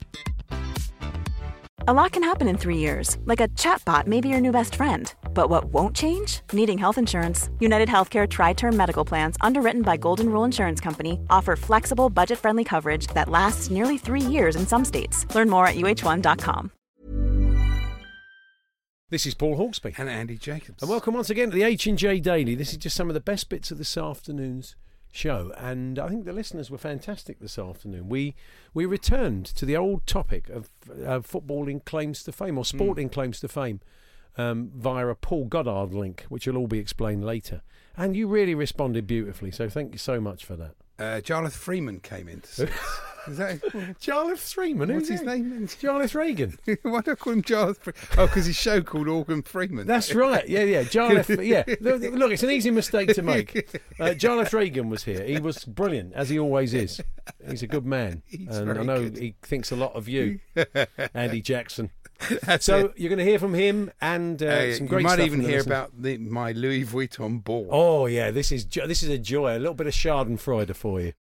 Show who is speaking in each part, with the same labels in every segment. Speaker 1: A lot can happen in three years, like a chatbot may be your new best friend. But what won't change? Needing health insurance. United Healthcare Tri Term Medical Plans, underwritten by Golden Rule Insurance Company, offer flexible, budget friendly coverage that lasts nearly three years in some states. Learn more at uh1.com.
Speaker 2: This is Paul Hawksby.
Speaker 3: and Andy Jacobs.
Speaker 2: And welcome once again to the H&J Daily. This is just some of the best bits of this afternoon's show. And I think the listeners were fantastic this afternoon. We we returned to the old topic of uh, footballing claims to fame or sporting claims to fame um, via a Paul Goddard link, which will all be explained later. And you really responded beautifully. So thank you so much for that.
Speaker 3: Uh, Jarlath Freeman came in. To see us. Is that?
Speaker 2: Jarlath Freeman.
Speaker 3: What's
Speaker 2: who's
Speaker 3: his
Speaker 2: he?
Speaker 3: name?
Speaker 2: Jarlath Reagan.
Speaker 3: Why do I call him Jarlath? Fre- Oh, because his show called Organ Freeman.
Speaker 2: That's right. Yeah, yeah. John F. Yeah. Look, look, it's an easy mistake to make. Uh, John F. Reagan was here. He was brilliant, as he always is. He's a good man.
Speaker 3: He's
Speaker 2: and I
Speaker 3: very
Speaker 2: know
Speaker 3: good.
Speaker 2: he thinks a lot of you, Andy Jackson. so you're going to hear from him and uh,
Speaker 3: Uh,
Speaker 2: some
Speaker 3: you
Speaker 2: great
Speaker 3: might
Speaker 2: stuff
Speaker 3: even
Speaker 2: from the
Speaker 3: hear
Speaker 2: listeners.
Speaker 3: about the, my Louis Vuitton ball.
Speaker 2: Oh, yeah. This is, jo- this is a joy. A little bit of Schadenfreude for you.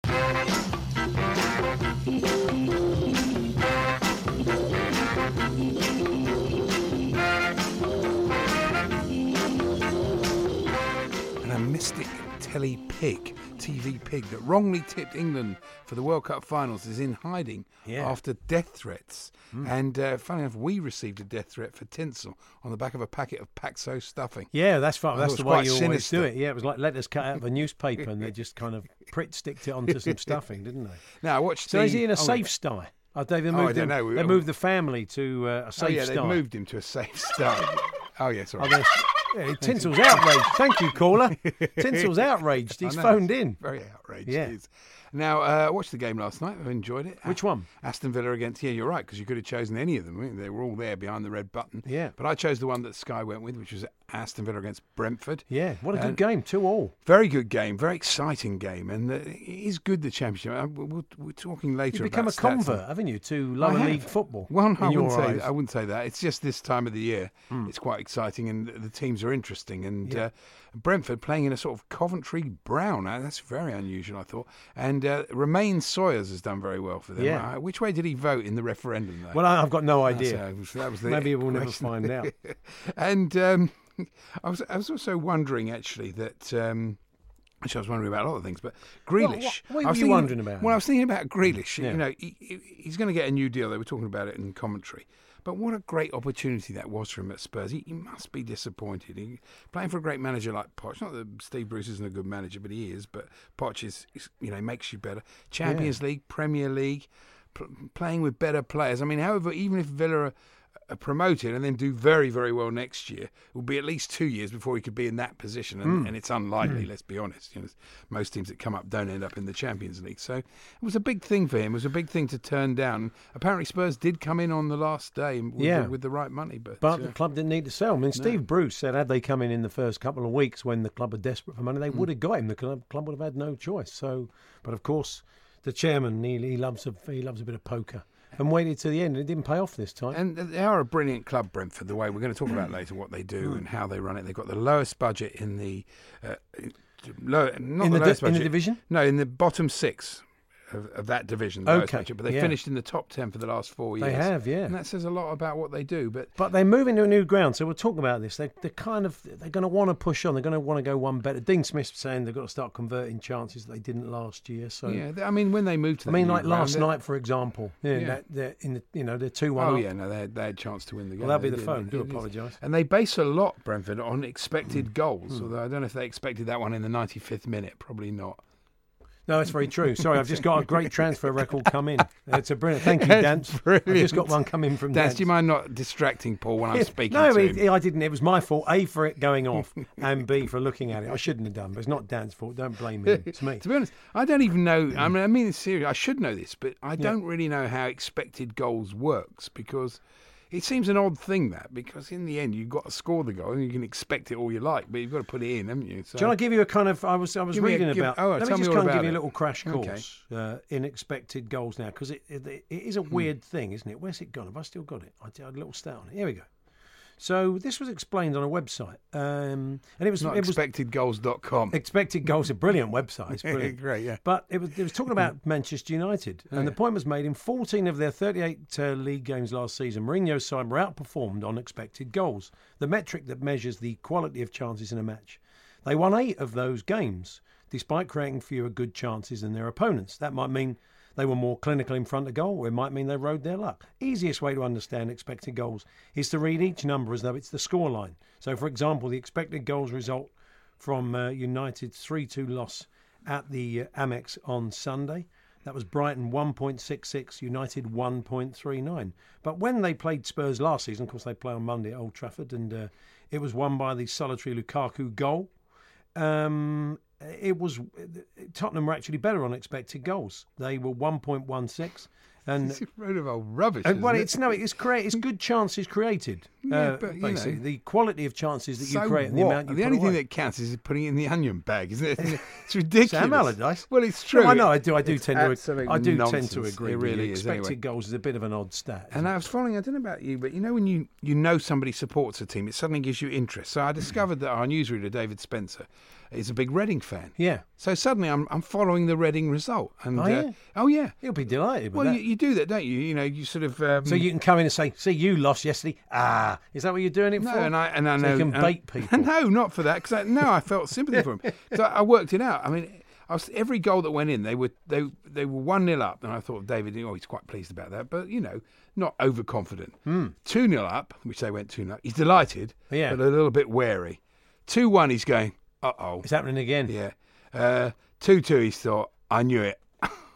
Speaker 3: And a mystic telly pig, TV pig, that wrongly tipped England for the World Cup finals is in hiding
Speaker 2: Yeah.
Speaker 3: after death threats. And uh, funny enough, we received a death threat for tinsel on the back of a packet of Paxo stuffing.
Speaker 4: Yeah, that's fine.
Speaker 3: I
Speaker 4: That's
Speaker 3: thought
Speaker 4: the
Speaker 3: it was
Speaker 4: way
Speaker 3: quite
Speaker 4: you always do
Speaker 3: sinister.
Speaker 4: it. Yeah, it was like letters cut out of a newspaper, and they just kind of prick sticked it onto some stuffing, didn't they?
Speaker 3: Now, I watched
Speaker 4: So
Speaker 3: the,
Speaker 4: is he in
Speaker 3: oh,
Speaker 4: a safe sty? Oh, they they
Speaker 3: Oh, I
Speaker 4: moved
Speaker 3: don't
Speaker 4: him-
Speaker 3: know. We-
Speaker 4: They moved the family to uh, a safe
Speaker 3: Oh, yeah,
Speaker 4: sty.
Speaker 3: they moved him to a safe style. oh, yeah, sorry.
Speaker 4: Oh, there's- yeah, Tinsel's outraged. Thank you, caller. Tinsel's outraged. He's
Speaker 3: I know,
Speaker 4: phoned
Speaker 3: it's
Speaker 4: in.
Speaker 3: Very outraged.
Speaker 4: Yeah.
Speaker 3: Yeah. Now, uh, I watched the game last night. I enjoyed it.
Speaker 4: Which one?
Speaker 3: Aston Villa against. Yeah, you're right, because you could have chosen any of them. wouldn't you? They were all there behind the red button.
Speaker 4: Yeah.
Speaker 3: But I chose the one that Sky went with, which was Aston Villa against Brentford.
Speaker 4: Yeah, what a good
Speaker 3: And-
Speaker 4: game. Two all.
Speaker 3: Very good game, very exciting game, and uh, it is good the championship. Uh, we- We're, we're talking later.
Speaker 4: You've become a
Speaker 3: about stats and-
Speaker 4: convert, haven't you, to
Speaker 3: I
Speaker 4: lower
Speaker 3: have.
Speaker 4: league football?
Speaker 3: Well, no,
Speaker 4: in
Speaker 3: I
Speaker 4: your
Speaker 3: wouldn't, say,
Speaker 4: eyes? Hmm.
Speaker 3: I wouldn't say that. It's just this time of the year. It's quite exciting, and the teams are interesting. And uh, Brentford playing in a sort of Coventry brown. Uh, that's very unusual, I thought. And uh, Romain Sawyers has done very well for them.
Speaker 4: Yeah.
Speaker 3: Uh, which way did he vote in the referendum? Though?
Speaker 4: Well, I- I've got no
Speaker 3: That's,
Speaker 4: idea.
Speaker 3: uh, was- that was the
Speaker 4: Maybe we'll never
Speaker 3: question.
Speaker 4: find out.
Speaker 3: and um, I was I was also wondering actually that. Um, which I was wondering about a lot of things, but
Speaker 4: what-
Speaker 3: Grealish.
Speaker 4: what
Speaker 3: I
Speaker 4: were
Speaker 3: was
Speaker 4: you
Speaker 3: thinking-
Speaker 4: wondering about?
Speaker 3: Well, I was thinking about Grealish.
Speaker 4: Yeah.
Speaker 3: You know, he, he- he's going to get a new deal. They were talking about it in commentary. But what a great opportunity that was for him at Spurs. He, he must be disappointed. He, playing for a great manager like Poch. Not that Steve Bruce isn't a good manager, but he is. But Poch is, is you know, makes you better. Champions League, Premier League, pl- playing with better players. I mean, however, even if Villa are, are promoted uh, and then do very, very well next year, it will be at least two years before he could be in that position.
Speaker 4: Hmm.
Speaker 3: And, and it's unlikely, let's be honest. You know, most teams that come up don't end up in the Champions League. So it was a big thing for him. It was a big thing to turn down. Apparently, Spurs did come in on the last day with,
Speaker 4: Yeah.
Speaker 3: the, with the right money. But,
Speaker 4: But
Speaker 3: uh,
Speaker 4: the club didn't need to sell him. And Steve Bruce said, had they come in in the first couple of weeks when the club were desperate for money, they
Speaker 3: Hmm.
Speaker 4: would have got him. The club, club would have had no choice. So, but of course, the chairman he, he loves a he loves a bit of poker and waited to the end. and It didn't pay off this time.
Speaker 3: And they are a brilliant club, Brentford. The way we're going to talk about later what they do
Speaker 4: Mm.
Speaker 3: and how they run it. They've got the lowest budget in the uh, low, not
Speaker 4: In the di-
Speaker 3: the, lowest
Speaker 4: in the
Speaker 3: budget
Speaker 4: division?
Speaker 3: No, in the bottom six of, of that division. The lowest
Speaker 4: Okay,
Speaker 3: budget, but they
Speaker 4: yeah.
Speaker 3: finished in the top ten for the last four years.
Speaker 4: They have, yeah.
Speaker 3: and that says a lot about what they do. But
Speaker 4: But they're moving to a new ground, so we'll talk about this. They, they're kind of they're going to want to push on. They're going to want to go one better. Dean Smith saying they've got to start converting chances that they didn't last year. So
Speaker 3: yeah, I mean, when they moved
Speaker 4: I
Speaker 3: to, that
Speaker 4: mean,
Speaker 3: new
Speaker 4: like last
Speaker 3: ground,
Speaker 4: night, for example, yeah,
Speaker 3: Yeah.
Speaker 4: That, they're in the you know they're two one.
Speaker 3: Oh
Speaker 4: up.
Speaker 3: yeah, no, they had, they had a chance to win the game.
Speaker 4: Well, that'll
Speaker 3: They
Speaker 4: be the
Speaker 3: did.
Speaker 4: phone.
Speaker 3: It
Speaker 4: Do
Speaker 3: is.
Speaker 4: apologise. Mm.
Speaker 3: And they base a lot, Brentford, on expected goals. Although I don't know if they expected that one in the 95th minute. Probably not.
Speaker 4: No, that's very true. Sorry, I've just got a great transfer record come in. It's a brilliant. Thank you, Dance. I've just got
Speaker 3: brilliant.
Speaker 4: one coming from
Speaker 3: Dan,
Speaker 4: Dance.
Speaker 3: do you mind not distracting Paul when I'm
Speaker 4: Yeah,
Speaker 3: speaking
Speaker 4: no,
Speaker 3: to
Speaker 4: it-
Speaker 3: him?
Speaker 4: I didn't. It was my fault. A for it going off, and B for looking at it. I shouldn't have done, but it's not Dan's fault. Don't blame him. It's me.
Speaker 3: to be honest, I don't even know.
Speaker 4: Mm.
Speaker 3: I mean, I mean, it's serious. I should know this, but I don't really know how expected goals works because It seems an odd thing that because in the end you've got to score the goal and you can expect it all you like, but you've got to put it in, haven't you? So
Speaker 4: John, I give you a kind of I was I was
Speaker 3: Give me a-
Speaker 4: reading
Speaker 3: give-
Speaker 4: about.
Speaker 3: all right,
Speaker 4: let me
Speaker 3: tell me
Speaker 4: just
Speaker 3: all
Speaker 4: kind of
Speaker 3: about
Speaker 4: give you
Speaker 3: it.
Speaker 4: a little crash
Speaker 3: Okay.
Speaker 4: course uh, in expected goals now because it, it it is
Speaker 3: Hmm.
Speaker 4: a weird thing, isn't it? Where's it gone? Have I still got it? I did I had a little stat on it. Here we go. So this was explained on a website, um, and it was
Speaker 3: it's not
Speaker 4: it was
Speaker 3: expectedgoals.com.
Speaker 4: Expected goals are brilliant websites. Brilliant.
Speaker 3: Great, yeah.
Speaker 4: But it was, it was talking about Manchester United, and the point was made in 14 of their 38 uh, league games last season, Mourinho's side were outperformed on expected goals, the metric that measures the quality of chances in a match. They won eight of those games, despite creating fewer good chances than their opponents. That might mean they were more clinical in front of goal, or it might mean they rode their luck. Easiest way to understand expected goals is to read each number as though it's the scoreline. So, for example, the expected goals result from uh, United's 3 2 loss at the uh, Amex on Sunday. That was Brighton 1.66, United 1.39. But when they played Spurs last season, of course, they play on Monday at Old Trafford, and uh, it was won by the solitary Lukaku goal. Um, it was Tottenham were actually better on expected goals. They were 1.16, and
Speaker 3: It's a load of old rubbish.
Speaker 4: and, Uh, well,
Speaker 3: isn't
Speaker 4: it's no, it's create, it's good chances created.
Speaker 3: Yeah,
Speaker 4: uh,
Speaker 3: but, you know.
Speaker 4: basically, the quality of chances that
Speaker 3: So
Speaker 4: you create, and the
Speaker 3: what?
Speaker 4: amount you
Speaker 3: the
Speaker 4: put
Speaker 3: only
Speaker 4: away.
Speaker 3: thing that counts is putting it in the onion bag, isn't it? It's ridiculous.
Speaker 4: Sam Allardyce.
Speaker 3: Well, it's true.
Speaker 4: No, I know. I do. I do
Speaker 3: It's
Speaker 4: tend to.
Speaker 3: absolute
Speaker 4: I do tend to
Speaker 3: nonsense.
Speaker 4: agree.
Speaker 3: It
Speaker 4: with you.
Speaker 3: really is,
Speaker 4: Expected
Speaker 3: anyway.
Speaker 4: goals is a bit of an odd stat.
Speaker 3: And I was following, I don't know about you, but you know when you, you know somebody supports a team, it suddenly gives you interest.
Speaker 4: Mm.
Speaker 3: So I discovered that our newsreader, David Spencer, is a big Reading fan.
Speaker 4: Yeah.
Speaker 3: So suddenly I'm, I'm following the Reading result. And,
Speaker 4: Oh, yeah?
Speaker 3: oh, yeah.
Speaker 4: He'll be delighted. With
Speaker 3: Well,
Speaker 4: that.
Speaker 3: you, you do that, don't you? You know, you sort of. Um,
Speaker 4: so you can come in and say, "See, you lost yesterday." Ah, is that what you're doing it
Speaker 3: No,
Speaker 4: for?
Speaker 3: and I and I
Speaker 4: So
Speaker 3: know
Speaker 4: you can
Speaker 3: and-
Speaker 4: bait people.
Speaker 3: No, not for that. Because I, no, I felt sympathy for him. So I worked it out. I mean, I was, every goal that went in, they were they they were one 0 up, and I thought David, oh, he's quite pleased about that. But you know, not overconfident. Two 0 up, which they went two 0 up. He's delighted,
Speaker 4: Hmm. Yeah.
Speaker 3: but a little bit wary. Two one, he's going, uh oh,
Speaker 4: It's happening again.
Speaker 3: yeah. Uh, two two, he's thought, I knew it.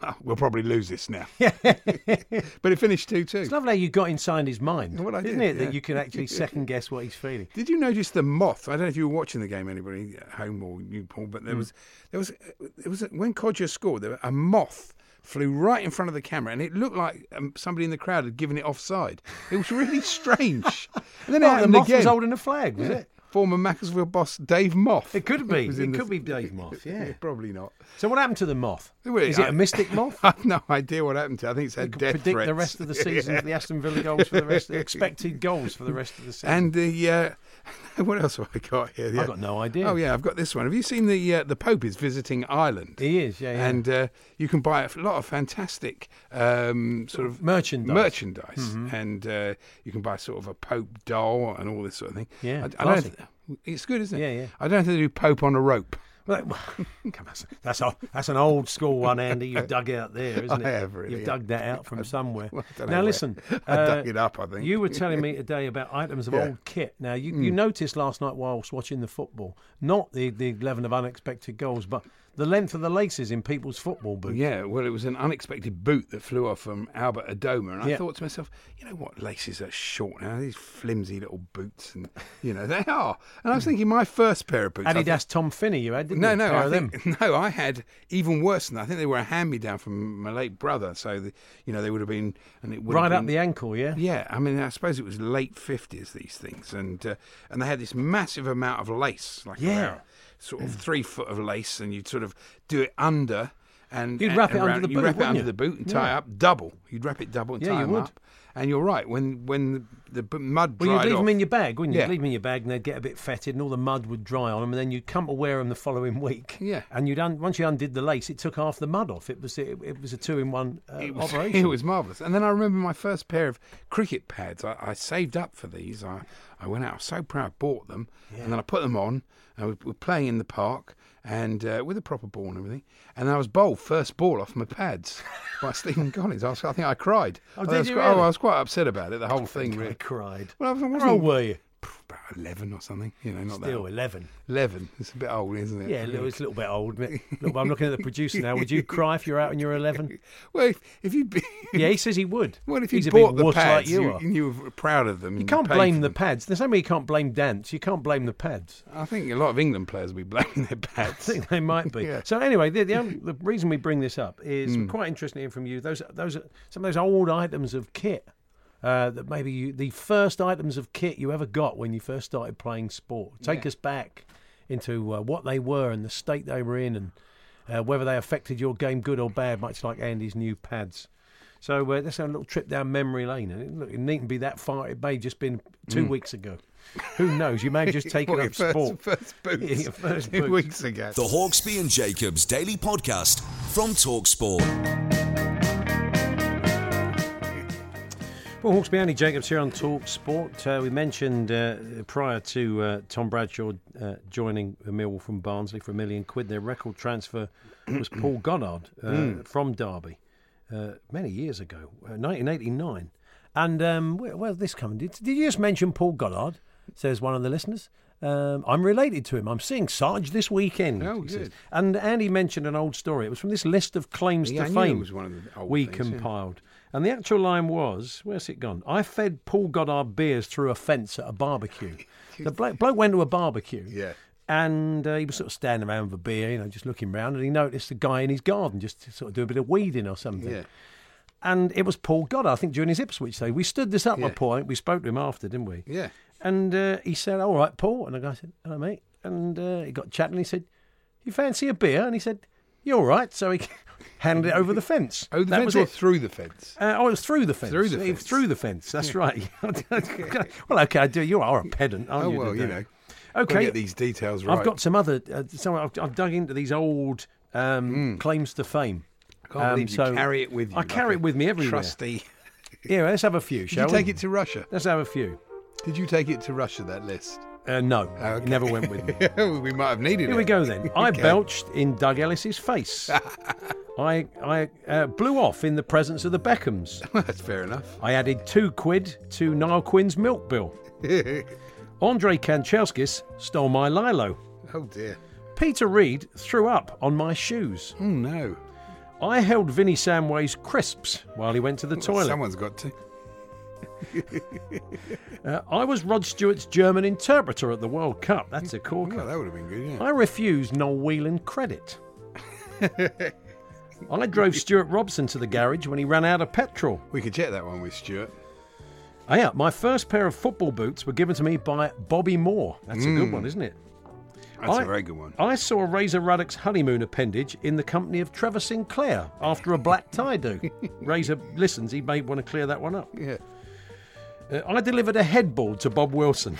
Speaker 3: we'll probably lose this now. but it finished two two.
Speaker 4: It's lovely how you got inside his mind,
Speaker 3: Well, I
Speaker 4: isn't
Speaker 3: did,
Speaker 4: it?
Speaker 3: yeah.
Speaker 4: That you can actually second guess what he's feeling.
Speaker 3: Did you notice the moth? I don't know if you were watching the game, anybody at home or you, Paul, but
Speaker 4: Mm.
Speaker 3: there was there was it was when Codger scored, there a moth flew right in front of the camera, and it looked like um, somebody in the crowd had given it offside. It was really strange. And then it
Speaker 4: Oh, the
Speaker 3: happened
Speaker 4: moth
Speaker 3: again.
Speaker 4: was holding a flag, was it?
Speaker 3: Former Macclesfield boss Dave Moth.
Speaker 4: It could be.
Speaker 3: was
Speaker 4: It,
Speaker 3: in the-
Speaker 4: could be Dave Moth. Yeah.
Speaker 3: probably not.
Speaker 4: So what happened to the moth?
Speaker 3: Well,
Speaker 4: Is it
Speaker 3: I-
Speaker 4: a mystic moth?
Speaker 3: I've no idea what happened to. it. I think it's had
Speaker 4: could
Speaker 3: death
Speaker 4: predict
Speaker 3: threats.
Speaker 4: the rest of the season for the Aston Villa goals for the rest of the expected goals for the rest of the season.
Speaker 3: And the uh, what else have I got here?
Speaker 4: I've got no idea.
Speaker 3: Oh yeah, I've got this one. Have you seen the uh, the Pope is visiting Ireland?
Speaker 4: he is, yeah, yeah.
Speaker 3: and uh, you can buy a f- lot of fantastic um, sort of
Speaker 4: Merchandise. Mm-hmm.
Speaker 3: merchandise, and uh, you can buy sort of a Pope doll and all this sort of thing.
Speaker 4: Yeah,
Speaker 3: I, I don't
Speaker 4: classy.
Speaker 3: th- it's good, isn't it?
Speaker 4: Yeah, yeah.
Speaker 3: I don't think they do Pope on a rope.
Speaker 4: Well, that- well, come on, that's a, that's an old school one, Andy. You've dug out there, isn't it?
Speaker 3: I have, really,
Speaker 4: You've
Speaker 3: yeah.
Speaker 4: dug that out from somewhere.
Speaker 3: well, I don't know
Speaker 4: now
Speaker 3: where.
Speaker 4: listen, uh,
Speaker 3: I dug it up, I think.
Speaker 4: you were telling me today about items of
Speaker 3: Yeah. Hmm.
Speaker 4: old kit. Now you, you noticed last night whilst watching the football, not the the eleven of unexpected goals, but the length of the laces in people's football boots.
Speaker 3: Yeah, well, it was an unexpected boot that flew off from Albert Adoma, and I
Speaker 4: Yeah.
Speaker 3: thought to myself, you know what, laces are short now. These flimsy little boots, and you know they are. And I was thinking, my first pair of boots, I
Speaker 4: Adidas Tom Finney, Hmm. you had didn't
Speaker 3: No,
Speaker 4: you?
Speaker 3: no,
Speaker 4: Pair
Speaker 3: I
Speaker 4: of them.
Speaker 3: think, no. I had even worse than that. I think they were a hand-me-down from my late brother, so the, you know they would have been and it would
Speaker 4: right
Speaker 3: have
Speaker 4: up
Speaker 3: been,
Speaker 4: the ankle, yeah.
Speaker 3: yeah. I mean, I suppose it was late fifties these things, and uh, and they had this massive amount of lace, like
Speaker 4: Yeah.
Speaker 3: about sort of three foot of lace, and you'd sort of do it under. And,
Speaker 4: You'd
Speaker 3: and-
Speaker 4: wrap
Speaker 3: and
Speaker 4: it under
Speaker 3: around-
Speaker 4: the
Speaker 3: you'd
Speaker 4: boot,
Speaker 3: wrap it
Speaker 4: wouldn't
Speaker 3: under
Speaker 4: you?
Speaker 3: the boot and tie
Speaker 4: Yeah.
Speaker 3: it up double. You'd wrap it double and
Speaker 4: Yeah,
Speaker 3: tie
Speaker 4: you
Speaker 3: them
Speaker 4: would.
Speaker 3: up. And you're right. When when the b- mud
Speaker 4: Well,
Speaker 3: dried
Speaker 4: you'd leave
Speaker 3: off,
Speaker 4: them in your bag, wouldn't you?
Speaker 3: Yeah.
Speaker 4: You'd leave them in your bag, and they'd get a bit fetid, and all the mud would dry on them, and then you'd come to wear them the following week.
Speaker 3: Yeah.
Speaker 4: And you'd un- once you undid the lace, it took half the mud off. It was it, it was a two in one uh,
Speaker 3: it was,
Speaker 4: operation.
Speaker 3: It was marvellous. And then I remember my first pair of cricket pads. I, I saved up for these. I, I went out, I was so proud, bought them. And then I put them on, and we were playing in the park and uh, with a proper ball and everything. And I was bowled first ball off my pads by Stephen Collins. I, was, I think I cried.
Speaker 4: Oh,
Speaker 3: I
Speaker 4: did
Speaker 3: was
Speaker 4: you
Speaker 3: quite- oh,
Speaker 4: really?
Speaker 3: I was quite upset about it, the whole thing,
Speaker 4: I
Speaker 3: really.
Speaker 4: cried.
Speaker 3: Well, I wasn't
Speaker 4: How old were you?
Speaker 3: about 11 or something, you know, not
Speaker 4: Still
Speaker 3: that.
Speaker 4: eleven.
Speaker 3: 11. It's a bit old, isn't it?
Speaker 4: Yeah, a little, it's a little bit old. Isn't it? Look, I'm looking at the producer now. Would you cry if you're out and you're eleven?
Speaker 3: Well, if, if you'd be.
Speaker 4: Yeah, he says he would.
Speaker 3: Well, if you
Speaker 4: He's a big
Speaker 3: bought the
Speaker 4: wuss like
Speaker 3: pads,
Speaker 4: you, are.
Speaker 3: you, you were proud of them.
Speaker 4: You can't blame the pads. There's no way you can't blame dance. You can't blame the pads.
Speaker 3: I think a lot of England players will be blaming their bats.
Speaker 4: think they might be.
Speaker 3: Yeah. Hmm.
Speaker 4: So anyway, the, the, only, the reason we bring this up is quite interesting to hear from you. Those those some of those old items of kit uh, that maybe you, the first items of kit you ever got when you first started playing sport. Take
Speaker 3: Yeah.
Speaker 4: us back into uh, what they were and the state they were in and uh, whether they affected your game good or bad, much like Andy's new pads. So uh, let's have a little trip down memory lane. And it, look, it needn't be that far. It may have just been two weeks ago. Who knows? You may have just taken
Speaker 3: Hmm. Well, your
Speaker 4: up
Speaker 3: first,
Speaker 4: sport.
Speaker 3: First boots.
Speaker 4: Yeah, your first
Speaker 3: two
Speaker 4: boots.
Speaker 3: weeks ago.
Speaker 5: The Hawksby and Jacobs Daily Podcast from Talksport.
Speaker 4: Well, Hawksby Andy Jacobs here on Talk Sport. Uh, we mentioned uh, prior to uh, Tom Bradshaw uh, joining Millwall from Barnsley for a million quid, their record transfer was Paul Goddard uh,
Speaker 3: Hmm.
Speaker 4: from Derby uh, many years ago, uh, 1989. And um, where, where's this coming? Did, did you just mention Paul Goddard? Says one of the listeners. Um, I'm related to him. I'm seeing Sarge this weekend.
Speaker 3: Oh,
Speaker 4: he says.
Speaker 3: good.
Speaker 4: And Andy mentioned an old story. It was from this list of claims
Speaker 3: Yeah, I
Speaker 4: to
Speaker 3: knew it
Speaker 4: fame
Speaker 3: was one of the old
Speaker 4: we
Speaker 3: things, yeah.
Speaker 4: compiled. And the actual line was, where's it gone? I fed Paul Goddard beers through a fence at a barbecue. the bloke, bloke went to a barbecue.
Speaker 3: Yeah.
Speaker 4: And uh, he was sort of standing around for beer, you know, just looking round, and he noticed a guy in his garden just sort of doing a bit of weeding or something.
Speaker 3: Yeah.
Speaker 4: And it was Paul Goddard, I think, during his Ipswich day. We stood this up
Speaker 3: Yeah.
Speaker 4: a point. We spoke to him after, didn't we?
Speaker 3: Yeah.
Speaker 4: And uh, he said, All right, Paul. And the guy said, Hello, mate. And uh, he got chatting. He said, You fancy a beer? And he said, You're all right. So he handed it over the fence.
Speaker 3: Oh, the
Speaker 4: that
Speaker 3: fence
Speaker 4: was
Speaker 3: or
Speaker 4: it.
Speaker 3: through the fence?
Speaker 4: Uh, oh, it was through the fence.
Speaker 3: Through the
Speaker 4: It-
Speaker 3: fence.
Speaker 4: Through the fence. That's right. well, okay, I do. You are a pedant, aren't
Speaker 3: Oh,
Speaker 4: you?
Speaker 3: well, you
Speaker 4: today?
Speaker 3: know. Gotta
Speaker 4: Okay.
Speaker 3: Get these details right.
Speaker 4: I've got some other. Uh, some, I've, I've dug into these old um, claims to fame.
Speaker 3: Hmm. Can't
Speaker 4: Um,
Speaker 3: believe you
Speaker 4: so
Speaker 3: carry it with you.
Speaker 4: I
Speaker 3: like
Speaker 4: carry
Speaker 3: a
Speaker 4: it with me everywhere.
Speaker 3: Trusty.
Speaker 4: Yeah, let's have a few,
Speaker 3: Did you
Speaker 4: shall
Speaker 3: take
Speaker 4: we?
Speaker 3: it to Russia?
Speaker 4: Let's have a few.
Speaker 3: Did you take it to Russia? That list.
Speaker 4: Uh, no,
Speaker 3: Okay.
Speaker 4: it never went with me.
Speaker 3: we might have needed it.
Speaker 4: Here we go then. I belched in Doug Ellis's face. I I uh, blew off in the presence of the Beckhams.
Speaker 3: That's fair enough.
Speaker 4: I added two quid to Niall Quinn's milk bill. Andre Kanchelskis stole my Lilo.
Speaker 3: Oh dear.
Speaker 4: Peter Reed threw up on my shoes.
Speaker 3: Oh no.
Speaker 4: I held Vinnie Samway's crisps while he went to the toilet.
Speaker 3: Someone's got to.
Speaker 4: Uh, I was Rod Stewart's German interpreter at the World Cup. That's a corker.
Speaker 3: Mm. Well, that would have been good. Yeah.
Speaker 4: I refused Noel Whelan credit. I drove Stuart Robson to the garage when he ran out of petrol.
Speaker 3: We could check that one with Stuart.
Speaker 4: Oh, yeah, my first pair of football boots were given to me by Bobby Moore. That's a good
Speaker 3: Mm.
Speaker 4: one, isn't it?
Speaker 3: That's
Speaker 4: I-
Speaker 3: a very good one.
Speaker 4: I saw Razor Ruddock's honeymoon appendage in the company of Trevor Sinclair after a black tie do. Razor listens, he may want to clear that one up.
Speaker 3: Yeah.
Speaker 4: Uh, I delivered a headball to Bob Wilson.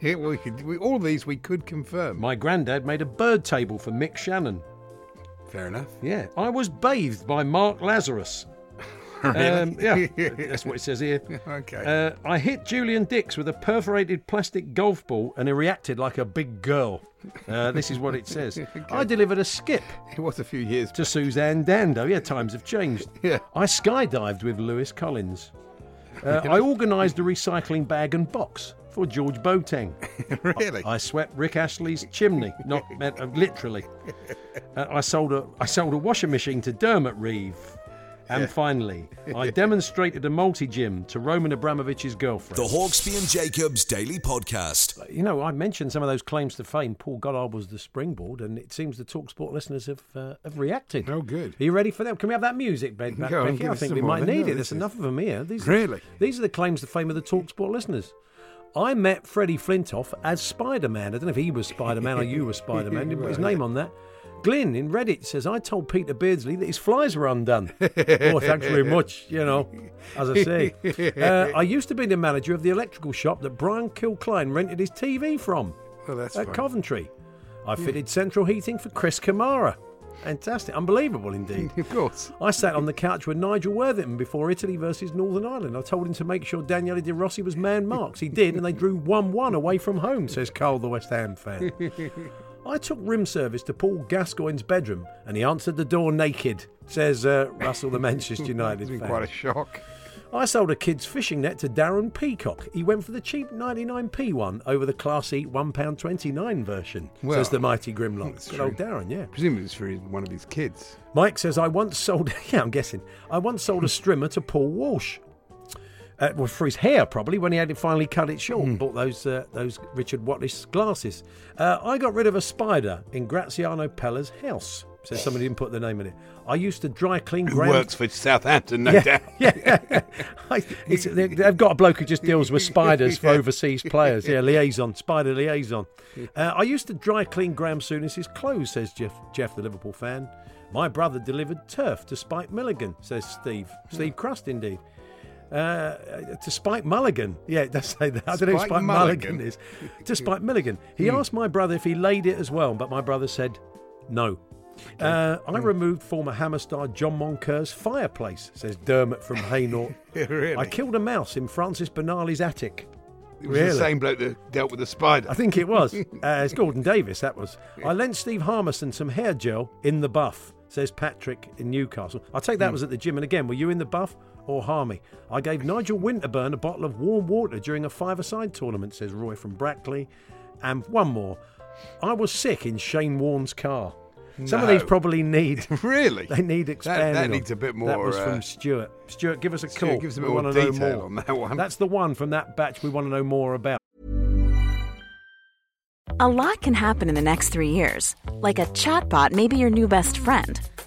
Speaker 3: yeah well, we could, we, all these we could confirm.
Speaker 4: My granddad made a bird table for Mick Shannon.
Speaker 3: Fair enough.
Speaker 4: Yeah. I was bathed by Mark Lazarus. Um, yeah, that's what it says here.
Speaker 3: Okay.
Speaker 4: Uh, I hit Julian Dix with a perforated plastic golf ball and he reacted like a big girl. Uh, this is what it says. I delivered a skip
Speaker 3: it was a few years.
Speaker 4: to Suzanne Dando. Yeah, times have changed.
Speaker 3: Yeah.
Speaker 4: I skydived with Lewis Collins. Uh, I organised a recycling bag and box for George Boateng.
Speaker 3: really.
Speaker 4: I swept Rick Ashley's chimney, not met, uh, literally. Uh, I sold a I sold a washing machine to Dermot Reeve. And finally, I demonstrated a multi gym to Roman Abramovich's girlfriend.
Speaker 5: The Hawksby and Jacobs Daily Podcast.
Speaker 4: You know, I mentioned some of those claims to fame. Paul Goddard was the springboard, and it seems the Talksport listeners have uh, have reacted.
Speaker 3: Oh, good.
Speaker 4: Are you ready for them? Can we have that music, Ben?
Speaker 3: Go on,
Speaker 4: Becky?
Speaker 3: give
Speaker 4: I
Speaker 3: us
Speaker 4: think
Speaker 3: some
Speaker 4: we
Speaker 3: more
Speaker 4: might
Speaker 3: then.
Speaker 4: need
Speaker 3: No,
Speaker 4: it. There's
Speaker 3: this is-
Speaker 4: enough of them here. eh? These
Speaker 3: Really?
Speaker 4: These are the claims to fame of the Talksport listeners. I met Freddie Flintoff as Spider Man. I don't know if he was Spider Man or you were Spider Man. Didn't put his name on that. Glynn in Reddit says, I told Peter Beardsley that his flies were undone. oh, thanks very much, you know, as I say. Uh, I used to be the manager of the electrical shop that Brian Kilcline rented his TV from
Speaker 3: Well, that's
Speaker 4: at
Speaker 3: fine.
Speaker 4: Coventry. I fitted central heating for Chris Kamara. Fantastic. Unbelievable indeed.
Speaker 3: of course.
Speaker 4: I sat on the couch with Nigel Worthington before Italy versus Northern Ireland. I told him to make sure Daniele De Rossi was man marked. He did, and they drew 1 1 away from home, says Carl, the West Ham fan. I took room service to Paul Gascoigne's bedroom, and he answered the door naked, says uh, Russell, the Manchester United
Speaker 3: It's been
Speaker 4: fan.
Speaker 3: quite a shock.
Speaker 4: I sold a kid's fishing net to Darren Peacock. He went for the cheap 99p one over the classy £1.29 version,
Speaker 3: Well,
Speaker 4: says the mighty Grimlock. Good
Speaker 3: true.
Speaker 4: old Darren, yeah.
Speaker 3: Presumably it's for his- one of his kids.
Speaker 4: Mike says, I once sold, yeah, I'm guessing, I once sold a strimmer to Paul Walsh. Uh, well, for his hair, probably, when he had it finally cut it short
Speaker 3: Hmm.
Speaker 4: and bought those uh, those Richard Watlish glasses. Uh, I got rid of a spider in Graziano Pella's house. So somebody didn't put their name in it. I used to dry clean
Speaker 3: Who
Speaker 4: ground.
Speaker 3: works for Southampton, no
Speaker 4: Yeah,
Speaker 3: doubt.
Speaker 4: yeah. I- it's, they, they've got a bloke who just deals with spiders for overseas players. Yeah, liaison, spider liaison. Uh, I used to dry clean Graham Souness's clothes, says Jeff, Jeff, the Liverpool fan. My brother delivered turf to Spike Milligan, says Steve.
Speaker 3: Hmm.
Speaker 4: Steve Crust, indeed. Uh, to Spike Mulligan. Yeah, it does say that. I don't know who
Speaker 3: Spike
Speaker 4: Spike Mulligan,
Speaker 3: Mulligan. Hmm.
Speaker 4: is. To Spike Milligan. He asked my brother if he laid it as well, but my brother said no. Uh, I
Speaker 3: Mm.
Speaker 4: removed former Hammer star John Moncur's fireplace, says Dermot from Hainault.
Speaker 3: Really?
Speaker 4: I killed a mouse in Francis Bernali's attic.
Speaker 3: It was the
Speaker 4: Really?
Speaker 3: same bloke that dealt with the spider.
Speaker 4: I think it was. uh, it's Gordon Davis, that was. I lent Steve Harmison some hair gel in the buff, says Patrick in Newcastle. I take that
Speaker 3: Mm.
Speaker 4: was at the gym. And again, were you in the buff or Harmy? I gave Nigel Winterburn a bottle of warm water during a five-a-side tournament, says Roy from Brackley. And one more. I was sick in Shane Warne's car. Some of
Speaker 3: No.
Speaker 4: these probably need
Speaker 3: really?
Speaker 4: they need
Speaker 3: That-
Speaker 4: expanding.
Speaker 3: That,
Speaker 4: on.
Speaker 3: needs a bit more.
Speaker 4: That was
Speaker 3: uh,
Speaker 4: from Stuart. Stuart, give us a
Speaker 3: Stuart,
Speaker 4: call.
Speaker 3: give us a
Speaker 4: We
Speaker 3: bit more
Speaker 4: wanna know
Speaker 3: detail
Speaker 4: more.
Speaker 3: on that one.
Speaker 4: That's the one from that batch we want to know more about.
Speaker 1: A lot can happen in the next three years. Like a chatbot may be your new best friend.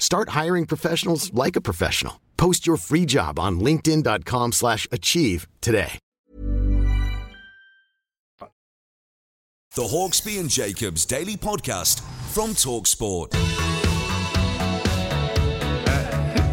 Speaker 6: Start hiring professionals like a professional. Post your free job on linkedin.com/achieve slash achieve today.
Speaker 5: The Hawksby and Jacobs Daily Podcast from Talksport.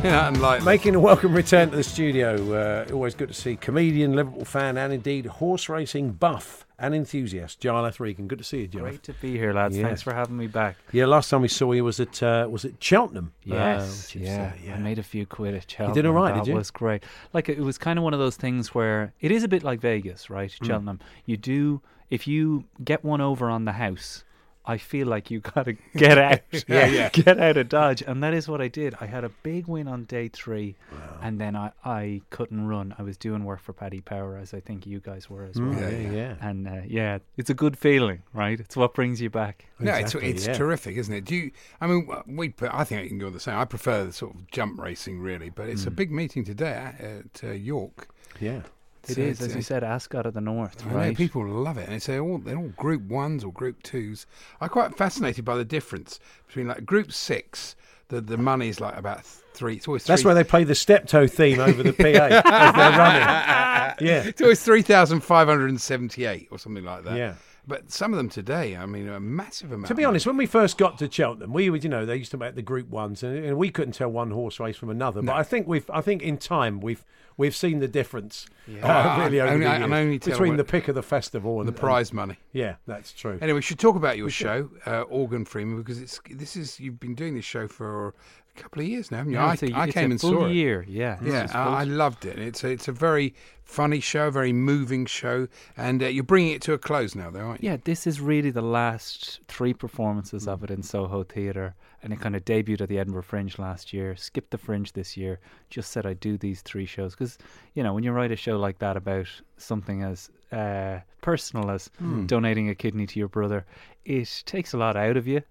Speaker 3: yeah, unlikely.
Speaker 4: Making a welcome return to the studio. Uh, always good to see comedian, Liverpool fan, and indeed horse racing buff and enthusiast, Jarlath Regan. Good to see you, Jarlath.
Speaker 7: Great to be here, lads.
Speaker 4: Yes.
Speaker 7: Thanks for having me back.
Speaker 4: Yeah, last time we saw you was at uh, was at Cheltenham.
Speaker 7: Yes, Oh,
Speaker 4: Uh, which is,
Speaker 7: yeah,
Speaker 4: uh, yeah.
Speaker 7: Um, I made a few quid at Cheltenham.
Speaker 4: all right,
Speaker 7: that
Speaker 4: did you?
Speaker 7: was great. Like it was kind of one of those things where it is a bit like Vegas, right?
Speaker 4: Hmm.
Speaker 7: Cheltenham. You do if you get one over on the house. I feel like you gotta get out, yeah,
Speaker 3: yeah.
Speaker 7: get out of Dodge, and that is what I did. I had a big win on day three, and then I, I couldn't run. I was doing work for Paddy Power, as I think you guys were as well.
Speaker 4: Mm, yeah, yeah.
Speaker 7: And uh, yeah, it's a good feeling, right? It's what brings you back.
Speaker 3: No,
Speaker 4: Exactly,
Speaker 3: it's, it's
Speaker 4: yeah.
Speaker 3: terrific, isn't it? Do you? I mean, w- we. put- I think I can go the same. I prefer the sort of jump racing, really. But it's a big meeting today at, at uh, York.
Speaker 4: yeah.
Speaker 7: It
Speaker 3: So
Speaker 7: is,
Speaker 3: it's-
Speaker 7: as you said, Ascot of the North,
Speaker 3: I know,
Speaker 7: right?
Speaker 3: people love it, and it's all they're all group ones or group twos. I'm quite fascinated by the difference between like group six. The the money is like about three. It's always
Speaker 4: That's
Speaker 3: three,
Speaker 4: why they play the steptoe theme over the PA as they're running. Yeah.
Speaker 3: It's always three thousand five hundred and seventy-eight or something like that.
Speaker 4: Yeah.
Speaker 3: But some of them today, I mean, a massive amount.
Speaker 4: To be
Speaker 3: of
Speaker 4: honest, when we first got to Cheltenham, we would, you know, they used to make the group ones, and, and we couldn't tell one horse race from another. But I think we've, I think in time we've we've seen the difference. uh,
Speaker 3: Ah,
Speaker 4: really, over
Speaker 3: only-
Speaker 4: the
Speaker 3: I- I'm
Speaker 4: years,
Speaker 3: only telling
Speaker 4: between
Speaker 3: what-
Speaker 4: the pick of the festival and
Speaker 3: the prize money.
Speaker 4: yeah, that's true.
Speaker 3: Anyway, we should talk about your show, uh, Organ Freeman, because it's this is you've been doing this show for a couple of years now, haven't you?
Speaker 7: No,
Speaker 3: I
Speaker 7: it's a-
Speaker 3: I
Speaker 7: it's
Speaker 3: came
Speaker 7: a
Speaker 3: and
Speaker 7: full
Speaker 3: saw
Speaker 7: year.
Speaker 3: it.
Speaker 7: Yeah, this
Speaker 3: yeah,
Speaker 7: is full-
Speaker 3: I, I loved it. It's a, it's a very funny show, very moving show, and uh, you're bringing it to a close now, though, aren't you?
Speaker 7: Yeah, this is really the last three performances of it in Soho Theatre, and it kind of debuted at the Edinburgh Fringe last year. Skipped the Fringe this year. Just said I'd do these three shows because you know when you write a show like that about something as
Speaker 3: Hmm.
Speaker 7: uh, personal as donating a kidney to your brother, it takes a lot out of you.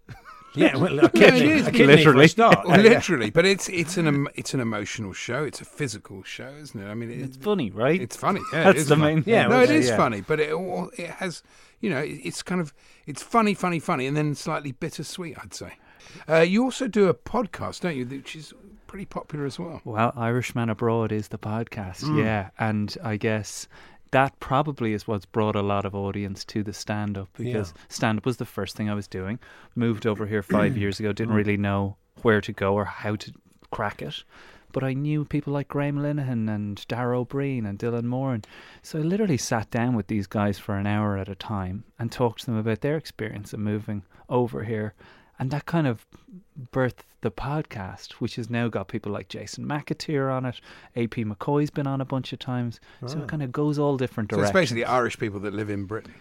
Speaker 4: Yeah, well, a kidney,
Speaker 3: it is.
Speaker 4: a kidney for a start.
Speaker 3: Well,
Speaker 4: Yeah, yeah.
Speaker 3: literally. But it's it's an em- it's an emotional show. It's a physical show, isn't it? I mean, it,
Speaker 7: It's funny, right?
Speaker 3: It's funny. Yeah, it
Speaker 7: That's
Speaker 3: is
Speaker 7: the
Speaker 3: funny.
Speaker 7: main thing.
Speaker 4: Yeah,
Speaker 3: no, it
Speaker 4: okay,
Speaker 3: is
Speaker 4: yeah.
Speaker 3: funny, but it all- it has you know it- it's kind of it's funny, funny, funny, and then slightly bittersweet. I'd say. Uh, you also do a podcast, don't you? Which is pretty popular as well.
Speaker 7: Well, Irishman Abroad is the podcast, yeah. And I guess that probably is what's brought a lot of audience to the stand up because stand up was the first thing I was doing. Moved over here five years ago, didn't really know where to go or how to crack it. But I knew people like Graham Linehan and Darrow Breen and Dylan Moore. And so I literally sat down with these guys for an hour at a time and talked to them about their experience of moving over here. And that kind of birthed the podcast, which has now got people like Jason McAteer on it. AP McCoy's been on a bunch of times. So it kind of goes all different
Speaker 3: Ah. So it's
Speaker 7: directions.
Speaker 3: basically Irish people that live in Britain.